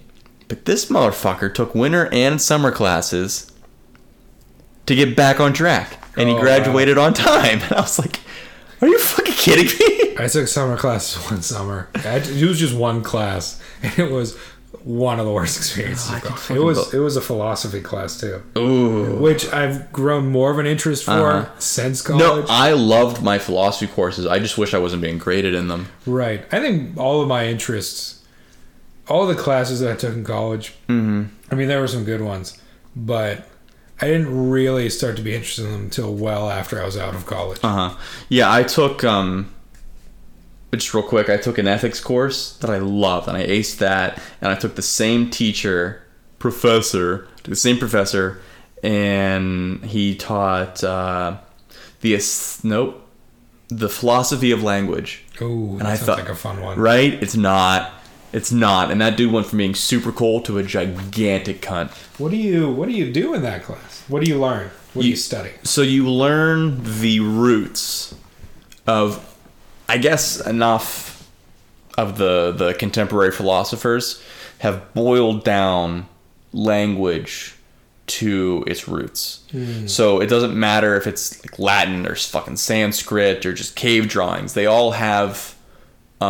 but this motherfucker took winter and summer classes to get back on track, and Oh, he wow. graduated on time. <laughs> And I was like, "Are you fucking kidding me?" I took summer classes <laughs> one summer. I, it was just one class, <laughs> and it was one of the worst experiences. Oh, I've gone- it was bel- it was a philosophy class too, Ooh. which I've grown more of an interest for Uh-huh. since No, college. I loved my philosophy courses. I just wish I wasn't being graded in them. right, I think all of my interests, all the classes that I took in college. Mm-hmm. I mean, there were some good ones, but I didn't really start to be interested in them until well after I was out of college. Uh-huh. Yeah, I took um just real quick, I took an ethics course that I loved and I aced that and I took the same teacher, professor, the same professor and he taught uh the aes- nope, the philosophy of language. Ooh, that I sounds thought- like a fun one. Right? It's not. It's not. And that dude went from being super cool to a gigantic cunt. What do you What do you do in that class? What do you learn? What do you study? So you learn the roots of, I guess, enough of the the contemporary philosophers have boiled down language to its roots. So it doesn't matter if it's like Latin or fucking Sanskrit or just cave drawings. They all have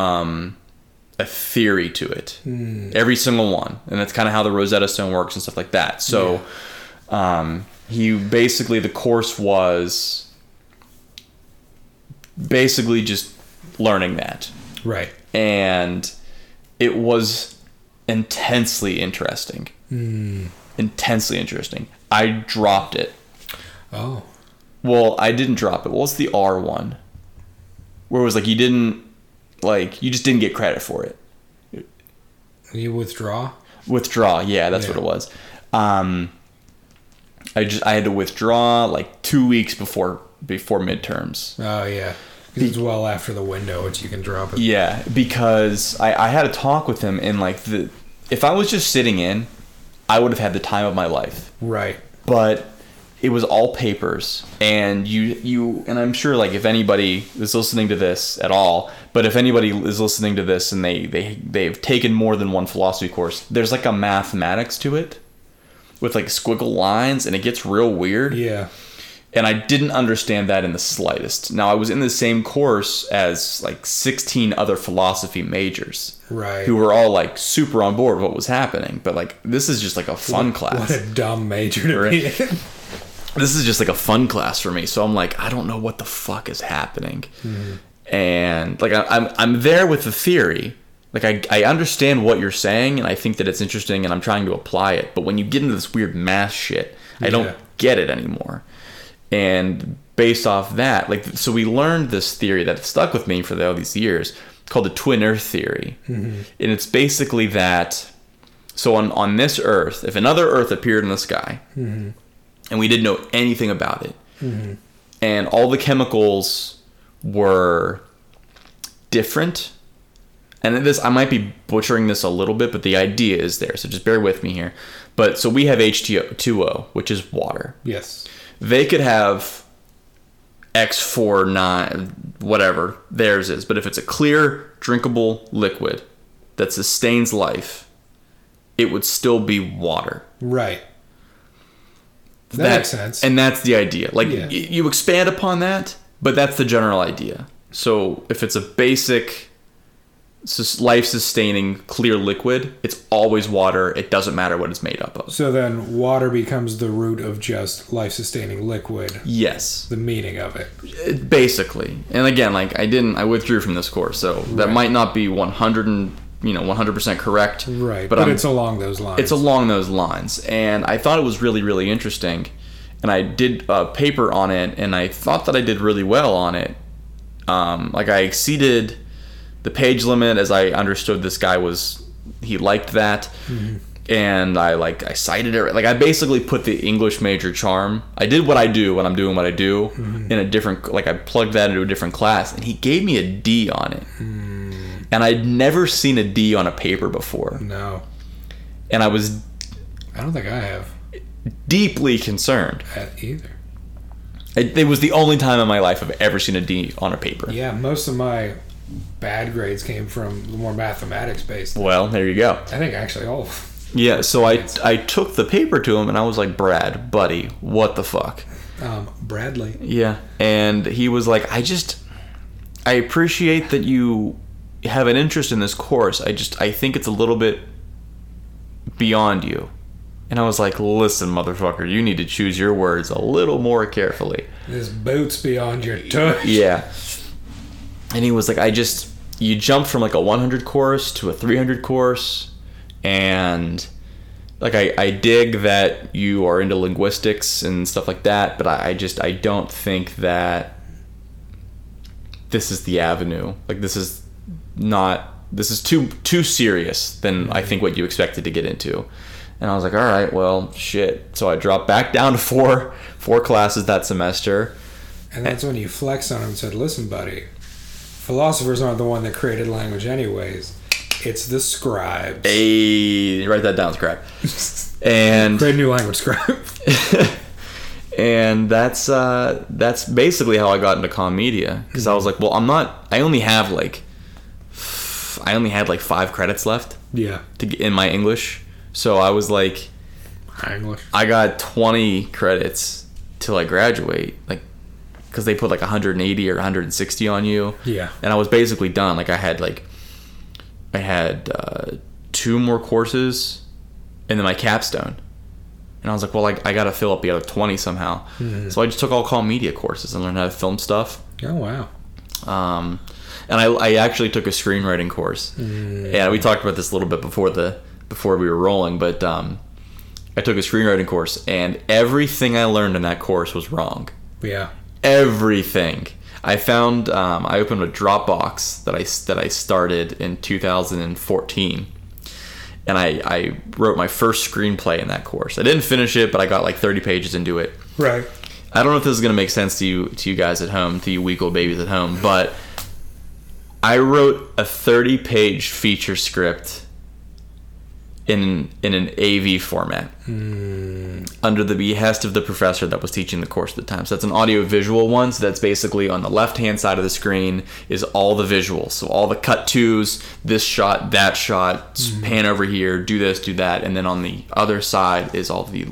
um, a theory to it. Every single one, and that's kind of how the Rosetta Stone works and stuff like that. So um, he basically the course was basically just learning that Right. and it was intensely interesting intensely interesting i dropped it Oh. well i didn't drop it what was the r one where it was like you didn't like you just didn't get credit for it You withdraw? withdraw yeah that's Yeah. what it was um I just I had to withdraw like two weeks before before midterms. Oh yeah, 'Cause it's well after the window, which you can drop it. Yeah, because I, I had a talk with him and like the if I was just sitting in, I would have had the time of my life. Right. But it was all papers and you you and I'm sure like if anybody is listening to this at all, but if anybody is listening to this and they they they've taken more than one philosophy course, there's like a mathematics to it with like squiggle lines and it gets real weird Yeah. and I didn't understand that in the slightest. Now I was in the same course as like 16 other philosophy majors Right. who were all like super on board with what was happening, but like this is just like a fun What class. a dumb major to be Right. in. <laughs> This is just like a fun class for me. So I'm like I don't know what the fuck is happening. And like I, I'm I'm there with the theory. Like I, I understand what you're saying and I think that it's interesting and I'm trying to apply it, but when you get into this weird math shit, I Yeah. don't get it anymore. And based off that, like, so we learned this theory that stuck with me for all these years called the twin earth theory. And it's basically that, so on, on this earth, if another earth appeared in the sky and we didn't know anything about it, and all the chemicals were different. And this, I might be butchering this a little bit, but the idea is there. So just bear with me here. But so we have H2O, which is water Yes. they could have X49, whatever theirs is. But if it's a clear, drinkable liquid that sustains life, it would still be water. Right. That, makes sense. And that's the idea. Like, Yeah. y- you expand upon that, but that's the general idea. So if it's a basic, sus- life sustaining, clear liquid, it's always water. It doesn't matter what it's made up of. so then, water becomes the root of just life-sustaining liquid. Yes. The meaning of it. It- basically and again like i didn't i withdrew from this course so that might not be 100 and you know 100% correct Right. but, But, I'm- it's along those lines. it's along those lines and i thought it was really really interesting and i did a paper on it and i thought that i did really well on it um, like i exceeded the page limit as i understood this guy was he liked that and i like i cited it like i basically put the english major charm i did what i do when i'm doing what i do in a different like i plugged that into a different class and he gave me a d on it and i'd never seen a d on a paper before no. and i was I don't think I have deeply concerned. that either. It, it was the only time in my life I've ever seen a D on a paper. Yeah, most of my bad grades came from the more mathematics based. Well, there you go. I think actually all. Yeah, so I I took the paper to him and I was like, "Brad, buddy, what the fuck?" Um, Bradley. Yeah. And he was like, "I just I appreciate that you have an interest in this course. I just I think it's a little bit beyond you." And I was like, "Listen, motherfucker, you need to choose your words a little more carefully." This boots beyond your touch. Yeah. And he was like, I just, you jump from like a 100 course to a 300 course. And like, I, I dig that you are into linguistics and stuff like that. But I, I just, I don't think that this is the avenue. Like, this is not, this is too, too serious than I think what you expected to get into. And I was like, all right, well, shit. So I dropped back down to four, four classes that semester. And that's when you flex on him and said, listen, buddy, philosophers aren't the one that created language, anyways. It's the scribes. Hey, write that down, scribe. And Create a new language, scribe. <laughs> <laughs> and that's uh, that's basically how I got into comm media because I was like, well, I'm not. I only have like, f- I only had like five credits left yeah. to get in my English, so I was like, English. I got 20 credits till I graduate, like, because they put like 180 or 160 on you. Yeah. And I was basically done. Like I had like, I had uh, two more courses, and then my capstone. And I was like, well, like I gotta fill up the other 20 somehow. So I just took all call media courses and learned how to film stuff. Oh, wow. Um, and I, I actually took a screenwriting course. Yeah, we talked about this a little bit before the before we were rolling, but um, I took a screenwriting course, and everything I learned in that course was wrong. Yeah. Everything. I found um, I opened a Dropbox that I that I started in 2014, and I, I wrote my first screenplay in that course. I didn't finish it, but I got like 30 pages into it. Right. I don't know if this is going to make sense to you to you guys at home, to you week old babies at home, but I wrote a 30 page feature script in in an AV format under the behest of the professor that was teaching the course at the time. So that's an audio visual one. So that's basically on the left hand side of the screen is all the visuals. So all the cut twos, this shot, that shot, s- pan over here, do this, do that. And then on the other side is all the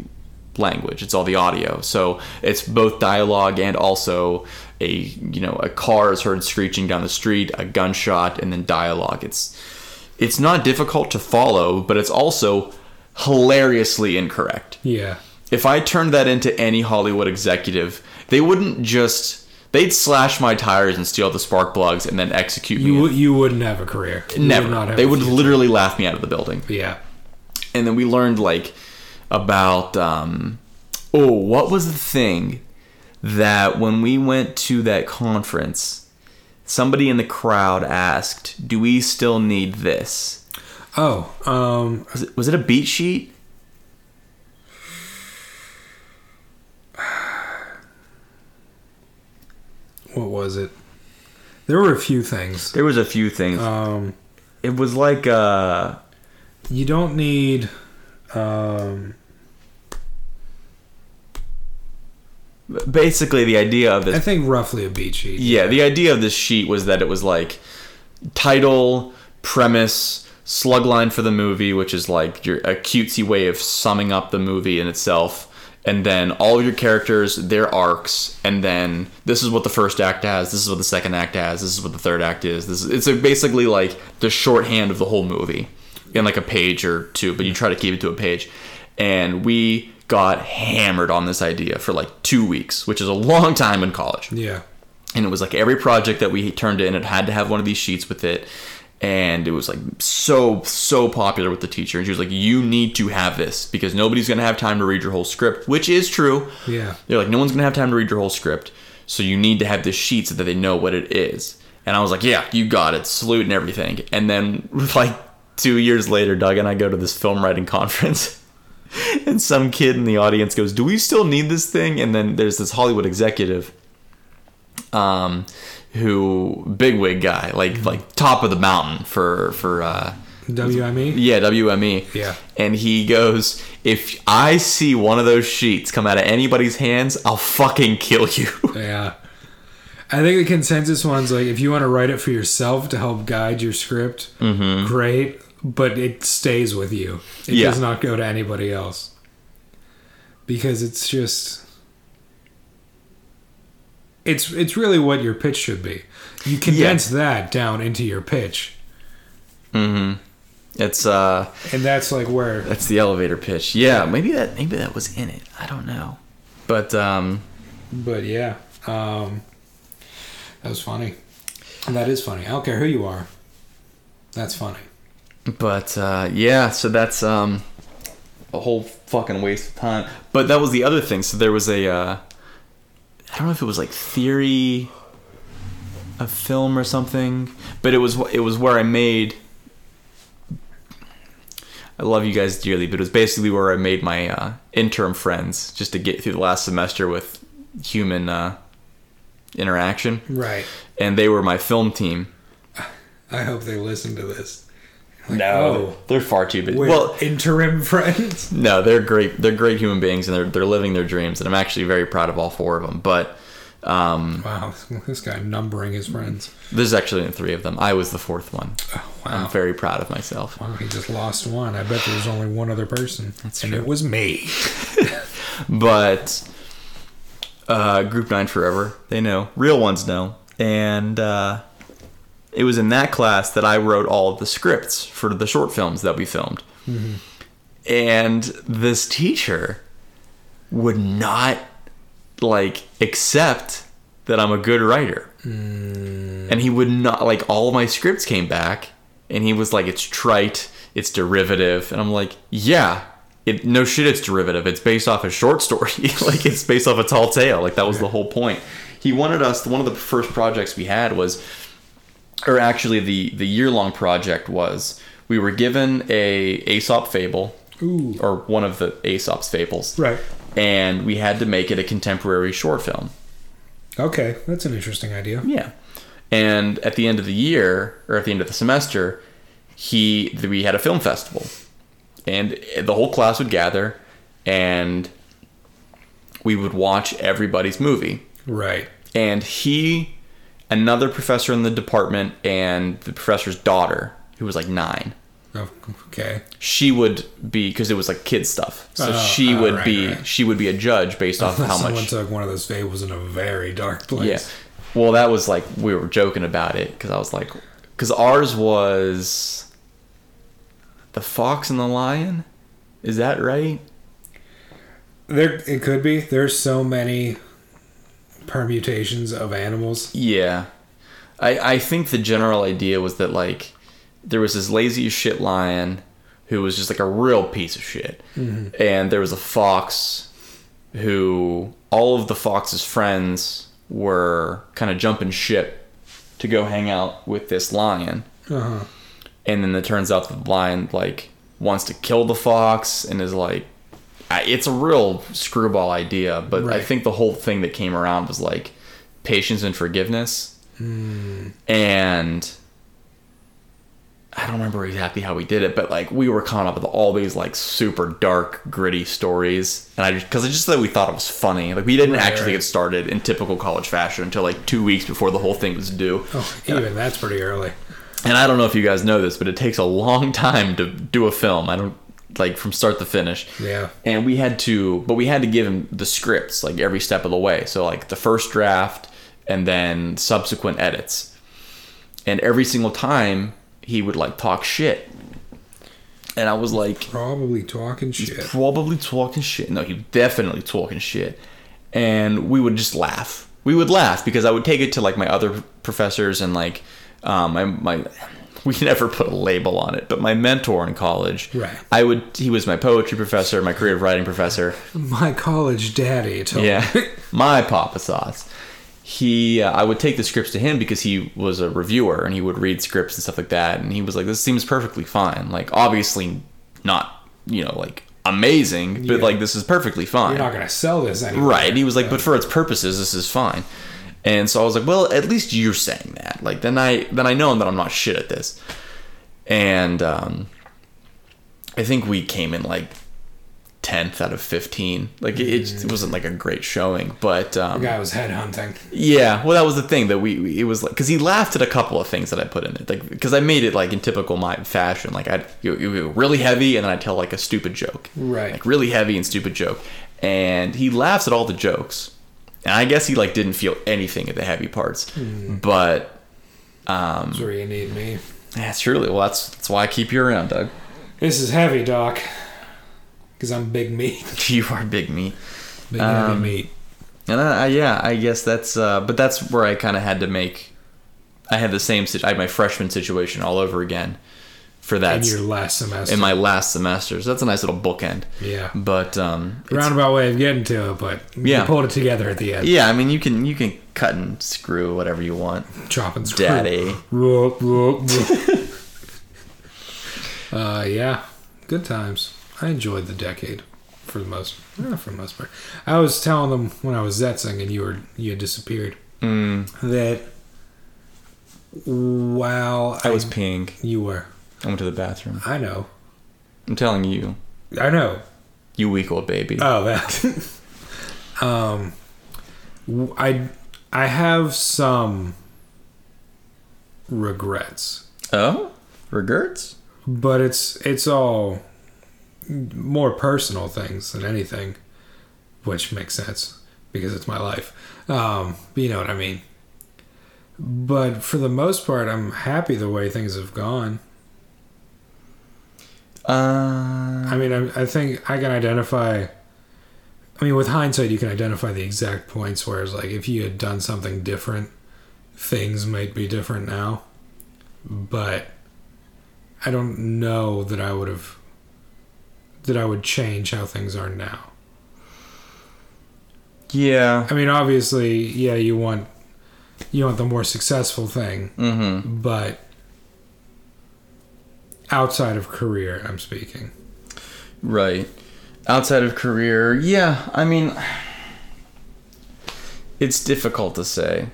language. It's all the audio. So it's both dialogue and also a you know a car is heard screeching down the street, a gunshot, and then dialogue. It's it's not difficult to follow, but it's also hilariously incorrect Yeah. if I turned that into any Hollywood executive, they wouldn't just they'd slash my tires and steal the spark plugs and then execute You me. would you wouldn't have a career. You would Never. have they a would future. literally laugh me out of the building. Yeah. And then we learned like about um oh, what was the thing that when we went to that conference, somebody in the crowd asked, "Do we still need this?" Oh. Um. Was it, was it a beat sheet? What was it? There were a few things. There was a few things. Um. it was like uh You don't need. Um. basically the idea of this I think roughly a beat sheet. Yeah, the idea of this sheet was that it was like title, premise, slug line for the movie, which is like your a cutesy way of summing up the movie in itself, and then all of your characters, their arcs, and then this is what the first act has, this is what the second act has, this is what the third act is. This is, it's a, basically like the shorthand of the whole movie in like a page or two, but you try to keep it to a page. And we got hammered on this idea for like two weeks, which is a long time in college Yeah. and it was like every project that we turned in it had to have one of these sheets with it and it was like so so popular with the teacher and she was like you need to have this because nobody's going to have time to read your whole script which is true Yeah. they're like no one's going to have time to read your whole script so you need to have this sheet so that they know what it is and i was like yeah you got it salute and everything and then <laughs> like two years later doug and i go to this film writing <laughs> conference and some kid in the audience goes do we still need this thing and then there's this hollywood executive um, who bigwig guy, like like top of the mountain for for uh, WME. yeah WME. Yeah. And he goes, if I see one of those sheets come out of anybody's hands, I'll fucking kill you. <laughs> Yeah. I think the consensus one's like if you want to write it for yourself to help guide your script, great, but it stays with you. It Yeah. does not go to anybody else. Because it's just it's it's really what your pitch should be. You condense that down into your pitch. it's uh, And that's like where that's the elevator pitch. Yeah, maybe that maybe that was in it. I don't know, but um, but yeah. Um that was funny. That is funny. I don't care who you are. That's funny. But uh, yeah, so that's um, a whole fucking waste of time. But that was the other thing. So there was a, uh, I don't know if it was like theory, a film or something, but it was wh- it was where I made. I love you guys dearly, but it was basically where I made my uh, interim friends just to get through the last semester with human uh, interaction, Right. and they were my film team. I hope they listen to this. No, oh. they're far too big. We're Well, interim <laughs> friends. No, they're great. They're great human beings, and they're they're living their dreams. And I'm actually very proud of all four of them. But um, Wow, this guy numbering his friends. there's actually only three of them. I was the fourth one. Wow. I'm very proud of myself. Wow, he just lost one. I bet there was only one other person, and it was me. But uh, Group Nine Forever, they know. Real ones know. And uh, it was in that class that I wrote all of the scripts for the short films that we filmed. And this teacher would not like accept that I'm a good writer. And he would not like all my scripts came back and he was like it's trite, it's derivative and I'm like, yeah, it no shit it's derivative. It's based off a short story. <laughs> like it's based off a tall tale. Like that was the whole point. He wanted us one of the first projects we had was or actually the the year long project was we were given a Aesop fable Ooh. or one of the Aesop's fables. Right. And we had to make it a contemporary short film. Okay, that's an interesting idea. Yeah. And at the end of the year, or at the end of the semester, he we had a film festival, and eh, the whole class would gather, and we would watch everybody's movie. Right. And he, another professor in the department, and the professor's daughter, who was like nine, Oh, okay. she would be because it was like kid stuff. So Oh, she oh, would right, be right. she would be a judge based off of how Someone much took one of those fables in a very dark place. Yeah. Well, that was like we were joking about it because I was like, because ours was the fox and the lion. Is that right? There, it could be. There's so many permutations of animals. Yeah. I I think the general idea was that like there was this lazy as shit lion who was just like a real piece of shit, and there was a fox who all of the fox's friends were kind of jumping ship to go hang out with this lion. Uh huh. and then it turns out the lion like wants to kill the fox and is like I- it's a real screwball idea but i Right. think the whole thing that came around was like patience and forgiveness Hmm. and i don't remember exactly how we did it but like we were caught up with all these like super dark gritty stories and i just because i just thought we thought it was funny like we didn't actually get right. started in typical college fashion until like two weeks before the whole thing was due Oh, even that's pretty early. and I don't know if you guys know this, but it takes a long <laughs> time to do a film. I don't like from start to finish. Yeah. And we had to, but we had to give him the scripts like every step of the way. So like the first draft and then subsequent edits. And every single time he would like talk shit. And I was like, Probably talking shit. probably talking shit. No, he was definitely talking shit. And we would just laugh. We would laugh because I would take it to like my other professors and like um, my my. <laughs> We never put a label on it, but my mentor in college, Right. I would. He was my poetry professor, my creative writing professor. My college daddy told Yeah, me. <laughs> my papa sauce. He, uh, I would take the scripts to him because he was a reviewer and he would read scripts and stuff like that. And he was like, "This seems perfectly fine. Like, obviously, not you know like amazing, but Yeah. like this is perfectly fine." You're not going to sell this anymore. Right. He was like, but for its purposes, this is fine. And so I was like, well, at least you're saying that. Like then I then I know that I'm not shit at this. And um, I think we came in like tenth out of fifteen. Like it, it wasn't like a great showing, but um, The guy was headhunting. yeah. Well, that was the thing that we, we it was like because he laughed at a couple of things that I put in it, like because I made it like in typical my fashion. Like I you, you really heavy, and then I tell like a stupid joke, Right. Like really heavy and stupid joke, and he laughs at all the jokes, and I guess he like didn't feel anything at the heavy parts, but um, That's where you need me. that's really well. That's that's why I keep you around, Doug. <laughs> This is heavy, Doc. Because I'm big meat. You are big meat. Big Um, heavy meat. And I, I, yeah, I guess that's, uh, but that's where I kind of had to make, I had the same, sit- I had my freshman situation all over again for In that, your in, last semester. my last semester. So that's a nice little bookend. yeah. But, um, it's- Roundabout way of getting to it, but Yeah. you pulled it together at the end. yeah, I mean, you can, you can cut and screw whatever you want. Chop and screw. Daddy. Whoop, whoop, whoop. <laughs> uh, yeah, good times. I enjoyed the decade for the most, eh, for the most part. I was telling them when I was zetzing and you were you had disappeared Mm. that while <laughs> I was peeing. you were I went to the bathroom. I know I'm telling you, I know you weak old baby. Oh, that. <laughs> um, w- I I have some regrets, oh, regrets? but it's it's all more personal things than anything, which makes sense because it's my life. Um, but you know what I mean. But for the most part, I'm happy the way things have gone. Uh, I mean, I, I think I can identify. I mean, with hindsight, you can identify the exact points where it's like if you had done something different, things might be different now. But I don't know that I would have that I would change how things are now. yeah. I mean, obviously, yeah, you want you want the more successful thing, Mm hmm. but outside of career, I'm speaking. Right. Outside of career, yeah, I mean it's difficult to say.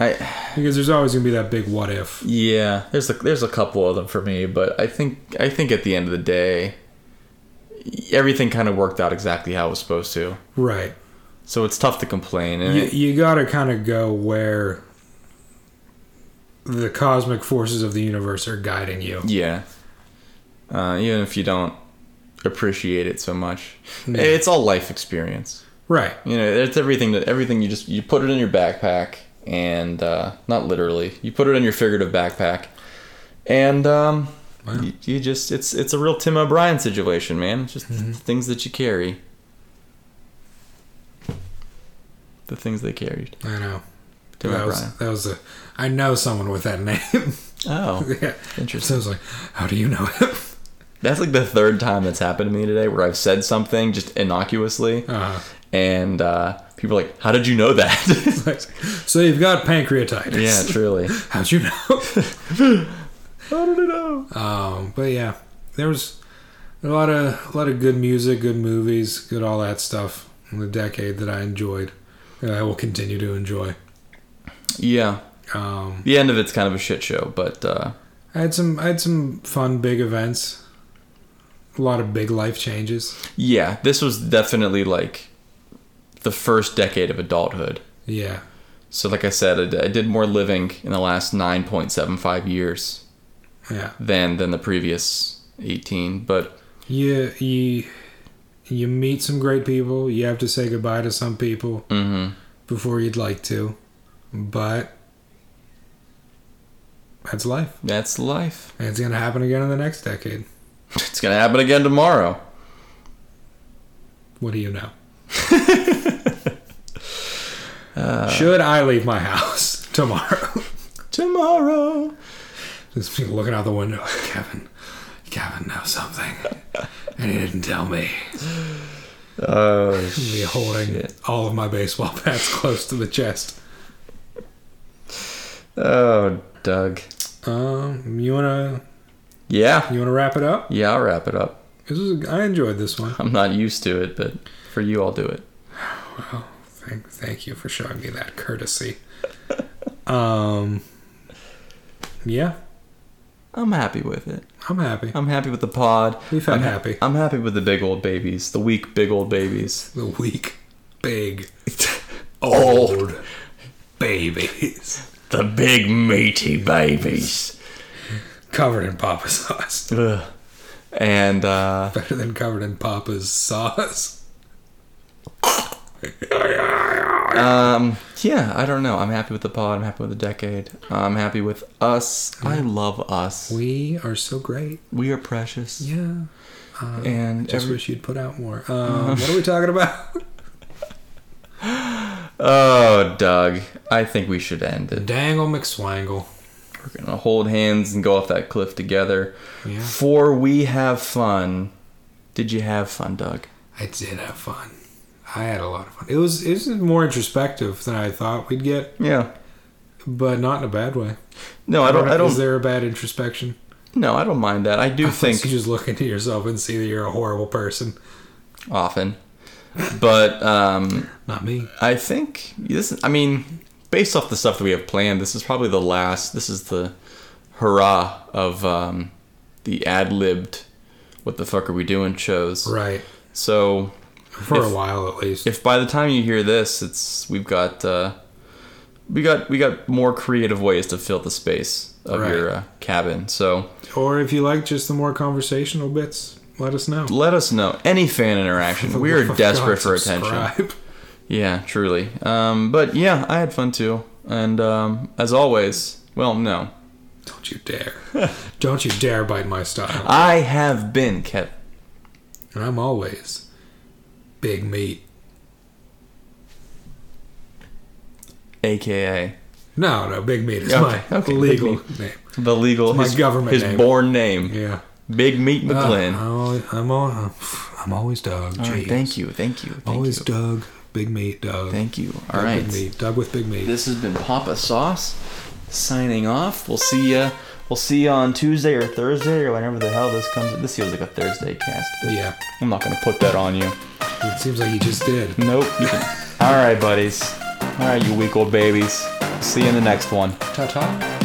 I Because there's always going to be that big what if. yeah, there's a, there's a couple of them for me, but I think I think at the end of the day everything kind of worked out exactly how it was supposed to. Right. So it's tough to complain. And You, it- you got to kind of go where the cosmic forces of the universe are guiding you. yeah. Uh, even if you don't appreciate it so much. Yeah. It's all life experience. Right. you know it's everything that everything you just you put it in your backpack and uh, not literally you put it in your figurative backpack and um, Wow. you, you just it's it's a real tim o'brien situation man It's just Mm-hmm. th- things that you carry the things they carried I know. tim that o'brien was that was a. I know someone with that <laughs> name. <laughs> oh yeah. So I interesting was like, how do you know him? that's like the third time that's happened to me today where i've said something just innocuously Uh, and uh, people are like how did you know that <laughs> like, so you've got pancreatitis. <laughs> yeah truly How'd you know? <laughs> how did i know Um, but yeah, there was a lot of a lot of good music, good movies, good all that stuff in the decade that I enjoyed. and I will continue to enjoy. yeah Um, the end of it's kind of a shit show, but uh, I had some I had some fun big events. A lot of big life changes. yeah, this was definitely like the first decade of adulthood. Yeah, So, like I said, I d- I did more living in the last 9.75 years yeah. than than the previous 18. But You you you meet some great people. You have to say goodbye to some people hmm before you'd like to, but that's life, that's life. <laughs> and it's gonna happen again in the next decade. It's gonna happen again tomorrow. What do you know? Should I leave my house <laughs> tomorrow? Tomorrow. Just be looking out the window, <laughs> like, Kevin. Kevin knows something, and he didn't tell me. Oh Me holding all of my baseball <laughs> bats close to the chest. oh, Doug. Um, you wanna Yeah, you wanna wrap it up? yeah. I'll wrap it up. This is I enjoyed this one. I'm not used to it, but for you, I'll do it. Thank thank you for showing me that courtesy. Um, yeah, I'm happy with it. I'm happy. I'm happy with the pod. We've had I'm ha- happy. I'm happy with the big old babies, the weak big old babies. The weak, big, Old. old babies The big meaty babies. covered in papa <laughs> sauce. Ugh. And uh, Better than covered in papa's sauce. um, yeah, I don't know. I'm happy with the pod. I'm happy with the decade. I'm happy with us. I love us. We are so great. We are precious. Yeah. Uh, And just every- wish you'd put out more. Um, what are we talking about? <laughs> oh, Doug, I think we should end it. Dangle McSwangle. We're gonna hold hands and go off that cliff together. Yeah. For we have fun. Did you have fun, Doug? I did have fun. I had a lot of fun. It was it was more introspective than I thought we'd get, Yeah. but not in a bad way. No, I don't. I Is don't. there a bad introspection? No, I don't mind that. I do think you just look into yourself and see that you're a horrible person. often. But um, Not me. I think this. I mean, based off the stuff that we have planned, this is probably the last. This is the hurrah of um, the ad libbed. What the fuck are we doing? Shows. Right. So For If- a while at least. if by the time you hear this, it's we've got uh, we got we got more creative ways to fill the space of Right. your uh, cabin. So or if you like just the more conversational bits, let us know. let us know any fan interaction. We are <laughs> For desperate God's for sake, attention. subscribe. Yeah, truly. Um, but yeah, I had fun too. And um, as always, well, no, Don't you dare. <laughs> Don't you dare bite my style. I have been kept. And I'm always big meat. AKA No, no, big meat is Okay, my okay, Big legal name. the legal my his, government his name. born name, Yeah. Big Meat Uh, McGlynn. I always- I'm, al- I'm, always Doug. All right, Jeez. thank you, thank you, thank Always you, Doug. Big meat, Doug. thank you. All Doug right, Big meat. Doug with big meat. this has been Papa Sauce signing off. We'll see ya We'll see you on Tuesday or Thursday or whenever the hell this comes. This feels like a Thursday cast. but Yeah. I'm not gonna put that on you. It seems like you just did. <laughs> Nope. All right, buddies. All right, you weak old babies. See you in the next one. Ta ta.